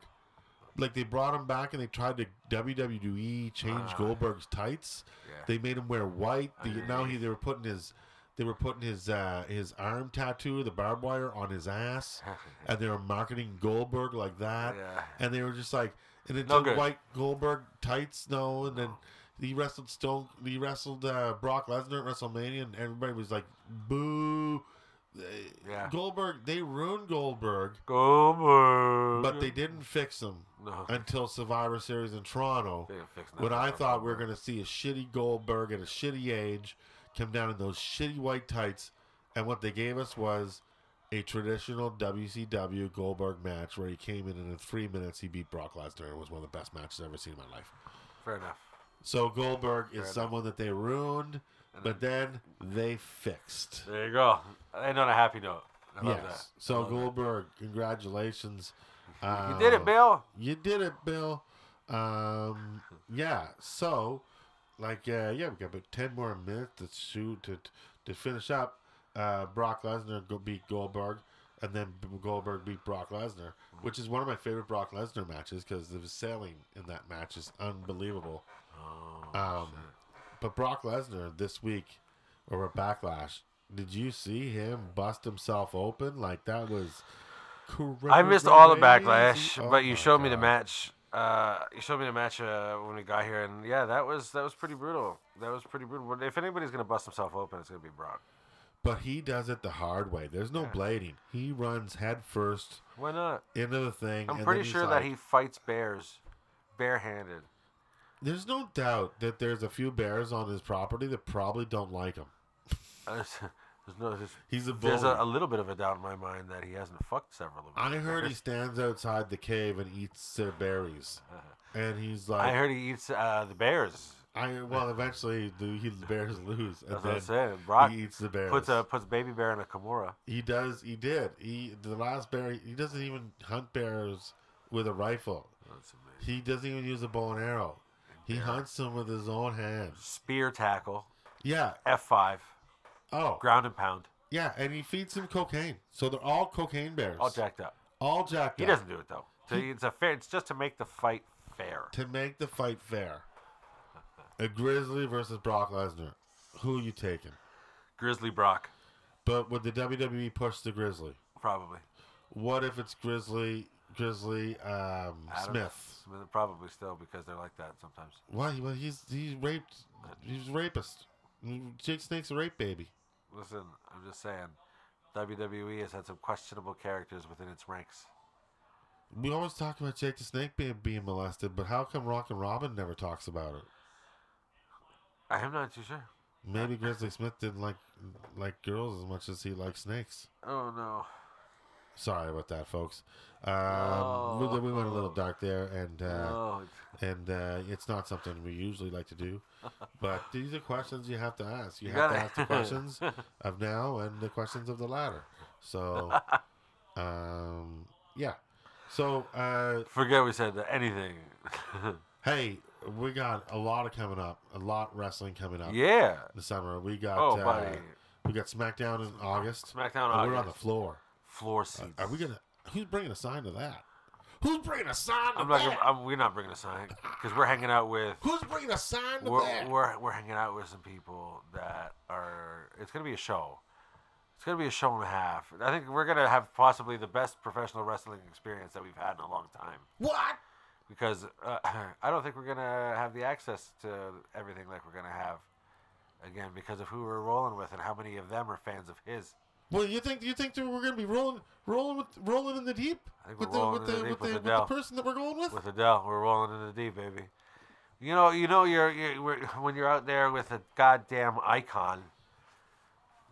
S1: Like they brought him back and they tried to WWE change
S2: Ah.
S1: Goldberg's tights.
S2: Yeah.
S1: They made him wear white. The, now he
S2: Underneath.
S1: they were putting his they were putting his uh, his arm tattoo, the barbed wire on his ass, and they were marketing Goldberg like that
S2: (laughs) yeah.
S1: and they were just like, and it
S2: No
S1: took
S2: good.
S1: White Goldberg tights, no, and then he wrestled Stone, he wrestled uh, Brock Lesnar at WrestleMania, and everybody was like, "Boo!" They-
S2: Yeah.
S1: Goldberg, they ruined Goldberg,
S2: Goldberg.
S1: but they didn't fix him
S2: No.
S1: until Survivor Series in Toronto,
S2: They didn't fix
S1: when
S2: nothing
S1: I
S2: on
S1: thought we were
S2: Goldberg.
S1: going to see a shitty Goldberg at a shitty age come down in those shitty white tights, and what they gave us was. A traditional WCW Goldberg match where he came in and in three minutes he beat Brock Lesnar and was one of the best matches I've ever seen in my life.
S2: Fair enough.
S1: So Goldberg
S2: Fair
S1: is
S2: enough.
S1: someone that they ruined, but then they fixed.
S2: There you go. I end on a happy note. I love that.
S1: Yes. So Goldberg, congratulations.
S2: You did
S1: Uh,
S2: it, Bill.
S1: You did it, Bill. Um, yeah. So, like, uh, yeah, we got about ten more minutes to shoot to to finish up. Uh, Brock Lesnar go- beat Goldberg, and then B- Goldberg beat Brock Lesnar, which is one of my favorite Brock Lesnar matches because the selling in that match is unbelievable.
S2: Oh,
S1: um, but Brock Lesnar this week or a backlash. Did you see him bust himself open? Like that was.
S2: I missed all the
S1: crazy.
S2: backlash,
S1: Oh
S2: but you
S1: my
S2: showed me the
S1: God.
S2: match. Uh, you showed me the match uh, when we got here, and yeah, that was that was pretty brutal. That was pretty brutal. But If anybody's gonna bust himself open, it's gonna be Brock.
S1: But he does it the hard way. There's no blading. He runs head first
S2: Why not?
S1: into the thing.
S2: I'm
S1: and
S2: pretty
S1: then he's
S2: sure
S1: like-
S2: that he fights bears, barehanded. (laughs)
S1: There's no doubt that there's a few bears on his property that probably don't like him.
S2: There's, There's no. There's,
S1: He's a bully.
S2: there's (laughs) a, a little bit of a doubt in my mind that he hasn't fucked several of them.
S1: I heard he stands outside the cave and eats their
S2: (laughs)
S1: berries, and he's like,
S2: I heard he eats uh, the bears.
S1: I- well, eventually the, he, the bears (laughs) lose, and
S2: That's what I'm
S1: then
S2: saying. Brock
S1: he eats the bears.
S2: puts a puts baby bear in a kimura.
S1: He does. He did. He the last bear. He doesn't even hunt bears with a rifle.
S2: That's amazing.
S1: He doesn't even use a bow and arrow. He hunts them with his own hands.
S2: Spear tackle.
S1: Yeah.
S2: F five.
S1: Oh.
S2: Ground and pound.
S1: Yeah. And he feeds them cocaine. So they're all cocaine bears.
S2: All jacked up.
S1: All jacked
S2: He
S1: up
S2: doesn't do it though. So it's a fair. It's just to make the fight fair.
S1: to make the fight fair. A grizzly versus Brock Lesnar. Who you taking?
S2: Grizzly Brock,
S1: But would the WWE push the grizzly?
S2: probably.
S1: What if it's grizzly? Grizzly um,
S2: I don't know.
S1: Smith.
S2: Smith probably still because they're like that sometimes.
S1: Why? Well, he's he's raped. He's a rapist. Jake Snake's a rape baby.
S2: Listen, I'm just saying, WWE has had some questionable characters within its ranks.
S1: We always talk about Jake the Snake being, being molested, but how come Rock and Robin never talks about it?
S2: I am not too sure.
S1: Maybe Grizzly Smith didn't like like girls as much as he liked snakes.
S2: Oh no.
S1: Sorry about that, folks. Um,
S2: Oh.
S1: we, we went a little dark there, and uh,
S2: oh, it's-
S1: and uh, it's not something we usually like to
S2: (laughs)
S1: do. But these are questions you have to ask. You,
S2: You
S1: have to
S2: gotta-
S1: ask the
S2: (laughs)
S1: questions of now and the questions of the latter. So,
S2: (laughs)
S1: um, yeah. So, uh,
S2: forget we said that anything. (laughs)
S1: hey, we got a lot of coming up. A lot wrestling coming up.
S2: yeah.
S1: The summer we got.
S2: Oh,
S1: uh,
S2: buddy.
S1: We got SmackDown in August.
S2: SmackDown.
S1: and
S2: August.
S1: We're on the floor.
S2: floor seats.
S1: Are we gonna? Who's bringing a sign to that? Who's bringing a sign to
S2: I'm not.
S1: that?
S2: Gonna, I'm, we're not bringing a sign because we're hanging out with.
S1: Who's bringing a sign to
S2: We're,
S1: that?
S2: we're we're hanging out with some people that are. It's gonna be a show. It's gonna be a show and a half. I think we're gonna have possibly the best professional wrestling experience that we've had in a long time.
S1: what?
S2: because uh, (clears throat) I don't think we're gonna have the access to everything like we're gonna have again because of who we're rolling with and how many of them are fans of his.
S1: Well, you think you think that we're gonna be rolling, rolling with rolling in the deep
S2: I think
S1: with
S2: we're
S1: the
S2: rolling
S1: with
S2: in
S1: the
S2: the
S1: with
S2: deep
S1: the
S2: with
S1: with the
S2: Adele.
S1: person that we're going with?
S2: With Adele, we're rolling in the D, baby. You know, you know, you're, you're we're, when you're out there with a goddamn icon,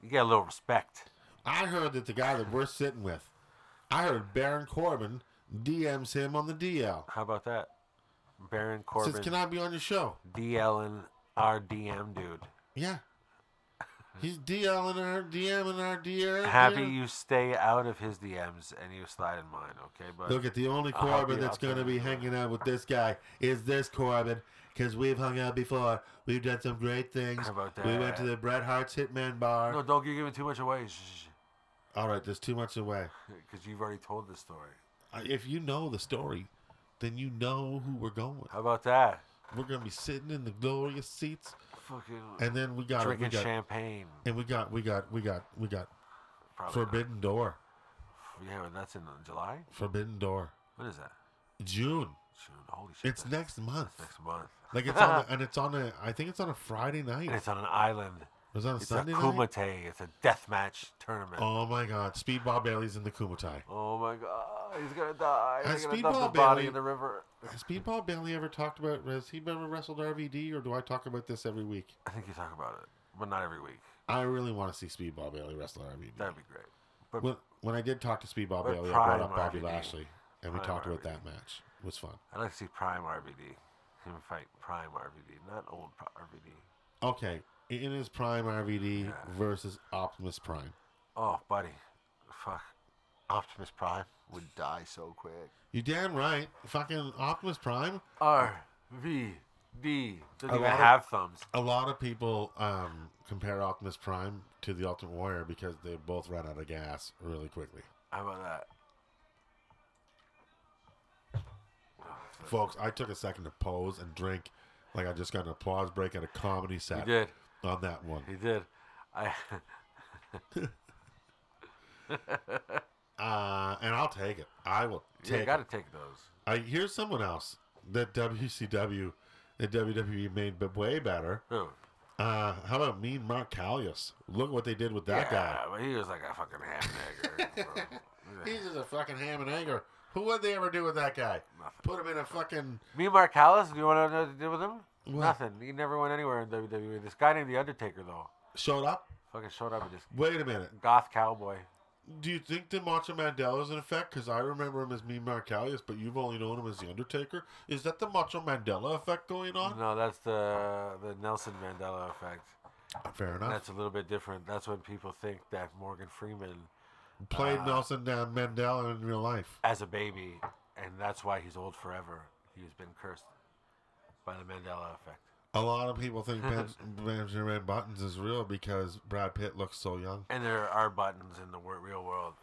S2: you get a little respect.
S1: I heard that the guy that we're sitting with, I heard Baron Corbin DMs him on the DL.
S2: How about that, Baron
S1: Says,
S2: Corbin,
S1: "Can I be on your show?"
S2: DLing our DM dude?
S1: Yeah. He's DLing her, DMing her, DL.
S2: Happy you stay out of his DMs and you slide in mine, okay, bud?
S1: Look at the only
S2: I'll help
S1: Corbin
S2: you
S1: that's
S2: out
S1: going to
S2: there.
S1: be hanging out with this guy is this Corbin because we've hung out before. We've done some great things.
S2: How about
S1: We went to
S2: that?
S1: the Bret Hart's Hitman Bar.
S2: no, don't give giving too much away. Shh.
S1: All right, there's too much away.
S2: Because you've already told the story.
S1: Uh, If you know the story, then you know who we're going. with.
S2: How about that?
S1: We're going to be sitting in the glorious seats,
S2: Fucking
S1: and then we got
S2: drinking
S1: we got,
S2: champagne.
S1: and we got we got we got we got
S2: Probably.
S1: Forbidden Door.
S2: not. Yeah, and that's in July.
S1: Forbidden Door.
S2: What is that?
S1: June.
S2: June. Holy shit.
S1: It's
S2: that's
S1: next month.
S2: next month.
S1: Like it's on, a, and it's on a. I think it's on a Friday night.
S2: And it's on an island.
S1: It was on a
S2: It's
S1: Sunday
S2: a
S1: night.
S2: kumite. It's a death match tournament. Oh.
S1: Oh my God! Speed Bob Bailey's in the Kumatai.
S2: my god, he's gonna die.
S1: Uh,
S2: They're gonna
S1: Speedball
S2: dump his body
S1: Bailey-
S2: in the river.
S1: Has Speed Bob Bailey ever talked about? Has he ever wrestled RVD, or do I talk about this every week?
S2: I think you talk about it, but not every week.
S1: I really want to see Speed Bob Bailey wrestle RVD.
S2: That'd be great. But
S1: when, when I did talk to Speed Bob
S2: But
S1: Bailey, I brought
S2: Prime
S1: up Bobby
S2: RVD.
S1: Lashley, and we
S2: Prime
S1: talked about
S2: RVD.
S1: that match. It was fun.
S2: I'd like to see Prime RVD. Him fight Prime RVD, not old Pro- RVD.
S1: Okay, in his prime, RVD
S2: Yeah.
S1: versus Optimus Prime.
S2: Oh, buddy. Fuck. Optimus Prime would die so quick.
S1: You damn right, fucking Optimus Prime.
S2: R V D doesn't
S1: A
S2: even
S1: lot of-
S2: have thumbs.
S1: A lot of people um, compare Optimus Prime to the Ultimate Warrior because they both ran out of gas really quickly.
S2: How about that?
S1: Folks, I took a second to pose and drink like I just got an applause break at a comedy
S2: He
S1: set
S2: did.
S1: on that one.
S2: He did. I (laughs)
S1: Uh, and I'll take it. I will
S2: yeah,
S1: take
S2: you
S1: it.
S2: gotta take those.
S1: I here's someone else that WCW that WWE made b- way better.
S2: Dude.
S1: Uh, how about Mean Mark Callius? Look what they did with that
S2: yeah, but he was like a fucking ham (laughs) nigger.
S1: guy. He's just a fucking ham and anger. Who would they ever do with that guy?
S2: Nothing.
S1: Put him in a fucking.
S2: Me and Mark Callis, do you wanna know what to do with him?
S1: What?
S2: E. Nothing. He never went anywhere in WWE. This guy named The Undertaker though.
S1: Showed up.
S2: Fucking showed up and just
S1: Wait a minute.
S2: goth cowboy.
S1: Do you think that Macho Mandela is in effect? Because I remember him as Me Marcalius, but you've only known him as The Undertaker. Is that the Macho Mandela effect going on?
S2: No, that's the the Nelson Mandela effect.
S1: Fair enough.
S2: That's a little bit different. That's when people think that Morgan Freeman
S1: Played Nelson Dan Mandela in real life.
S2: as a baby, and that's why he's old forever. He's been cursed by the Mandela effect.
S1: A lot of people think
S2: (laughs)
S1: Ben- Benjamin Buttons is real because Brad Pitt looks so young.
S2: And there are buttons in the wor- real world.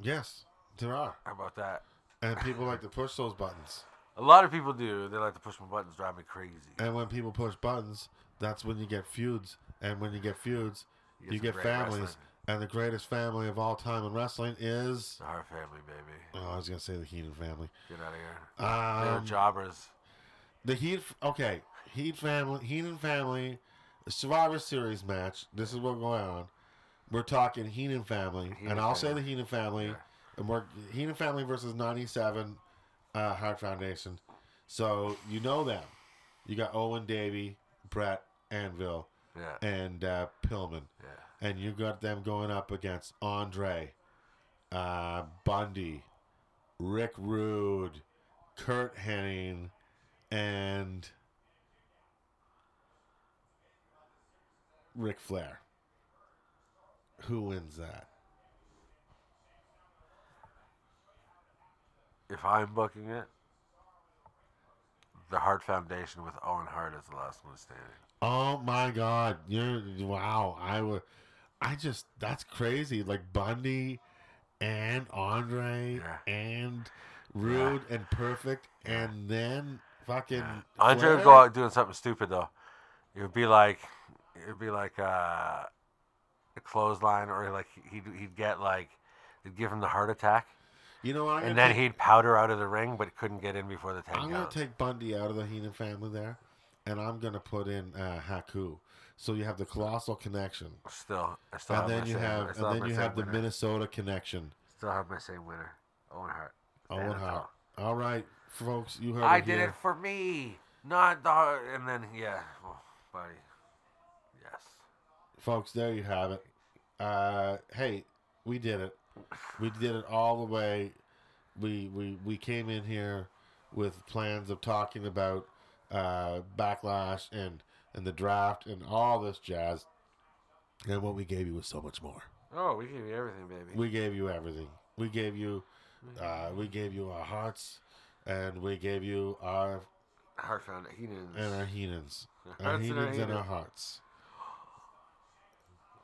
S1: Yes, there are.
S2: How about that?
S1: And people like to push those buttons.
S2: A lot of people do. They like to push my buttons, drive me crazy.
S1: And when people push buttons, that's when you get feuds. And when you get feuds, you,
S2: You get some
S1: get
S2: great
S1: families.
S2: wrestling.
S1: And the greatest family of all time in wrestling is.
S2: Our family, baby.
S1: Oh, I was going to say the Heenan family.
S2: Get out of here. They're
S1: Um,
S2: jobbers.
S1: the Heat. Okay. Heat family. Heenan family. Survivor Series match. This is what's going on. We're talking Heenan family.
S2: Heenan
S1: and I'll say
S2: family.
S1: the Heenan family.
S2: Yeah.
S1: And we're Heenan family versus 97 uh, Heart Foundation. So you know them. You got Owen Davey, Brett Anvil,
S2: Yeah.
S1: and uh, Pillman.
S2: yeah.
S1: And you got them going up against Andre, uh, Bundy, Rick Rude, Kurt Henning, and Ric Flair. Who wins that?
S2: If I'm booking it, the Hart Foundation with Owen Hart is the last one standing.
S1: Oh my God! You're wow. I would. I just that's crazy. Like Bundy and Andre
S2: Yeah.
S1: and Rude and Perfect, and then fucking
S2: Andre would
S1: Flair?
S2: go out doing something stupid though. It would be like, it would be like uh, a clothesline, or like he'd he'd get like, they'd give him the heart attack,
S1: You know what? I'm
S2: and
S1: gonna
S2: then
S1: take-
S2: he'd powder out of the ring, but couldn't get in before the 10
S1: I'm gonna
S2: count.
S1: take Bundy out of the Heenan family there, and I'm gonna put in uh, Haku. So you have the colossal connection,
S2: Still, I still
S1: and
S2: have
S1: then
S2: my
S1: you
S2: same,
S1: have
S2: I
S1: and
S2: still
S1: then
S2: my
S1: you
S2: same
S1: have the
S2: winner.
S1: Minnesota connection.
S2: Still have my same winner, Owen Hart.
S1: Owen
S2: That's all.
S1: Hart. All right, folks, you heard
S2: I
S1: it
S2: did
S1: here.
S2: it for me, not the. And then yeah, oh, buddy, yes.
S1: folks there you have it uh hey we did it we did it all the way we we we came in here with plans of talking about uh backlash and and the draft and all this jazz and what we gave you was so much more
S2: Oh, we gave you everything, baby.
S1: we gave you everything we gave you uh we gave you our hearts and we gave you our
S2: Hart found it. He didn't.
S1: and
S2: (laughs)
S1: our heenans our
S2: Our hearts and our
S1: heenans and our
S2: heenans.
S1: hearts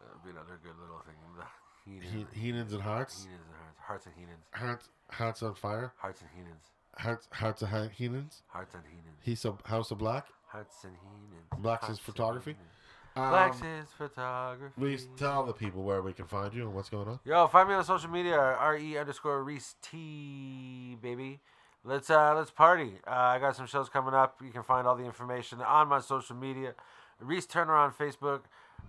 S2: That'd be another good little thing. (laughs) The
S1: He-
S2: Heenan.
S1: heenans and hearts
S2: Heenans and hearts. Hearts and Heenans.
S1: hearts hearts on fire
S2: Hearts and Heenans.
S1: Hearts, Hearts of Hi- Heenans.
S2: Hearts and Heenans.
S1: He's a House of Black.
S2: Hearts and Heenans.
S1: Blacks is
S2: Hearts and
S1: photography?
S2: Heenans.
S1: Um,
S2: Blacks is photography.
S1: Please tell the people where we can find you and what's going on.
S2: Yo, find me on social media, re underscore Reese T, baby. Let's uh let's party. Uh, I got some shows coming up. You can find all the information on my social media, Reese Turner on Facebook,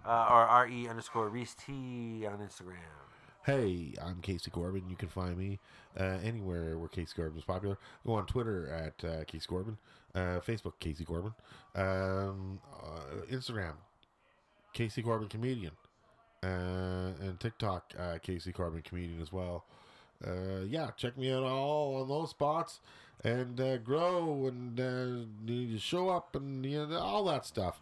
S2: uh, or re underscore Reese T on Instagram.
S1: Hey, I'm Casey Corbin. You can find me uh, anywhere where Casey Corbin is popular. Go on Twitter at uh, Casey Corbin, uh, Facebook Casey Corbin, um, uh, Instagram Casey Corbin comedian, uh, and TikTok uh, Casey Corbin comedian as well. Uh, yeah, check me out all on those spots and uh, grow and uh, you show up and you know, all that stuff.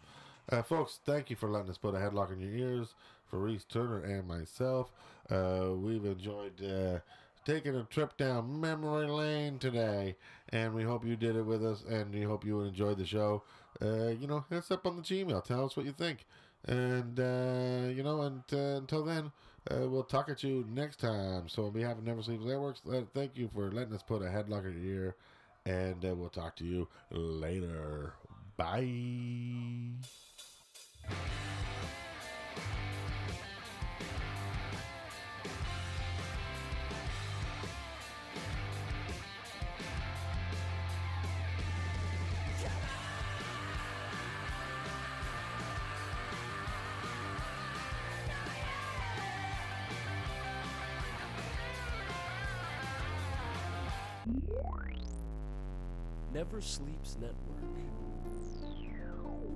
S1: Uh, folks, thank you for letting us put a headlock in your ears for Reese Turner and myself. Uh, we've enjoyed uh, taking a trip down memory lane today, and we hope you did it with us, and we hope you enjoyed the show. Uh, you know, hit us up on the Gmail. Tell us what you think. And, uh, you know, and, uh, until then, uh, we'll talk at you next time. So, on behalf of Never Sleeps Networks, uh, thank you for letting us put a headlock in your ear, and uh, we'll talk to you later. Bye.
S3: Never Sleeps Network.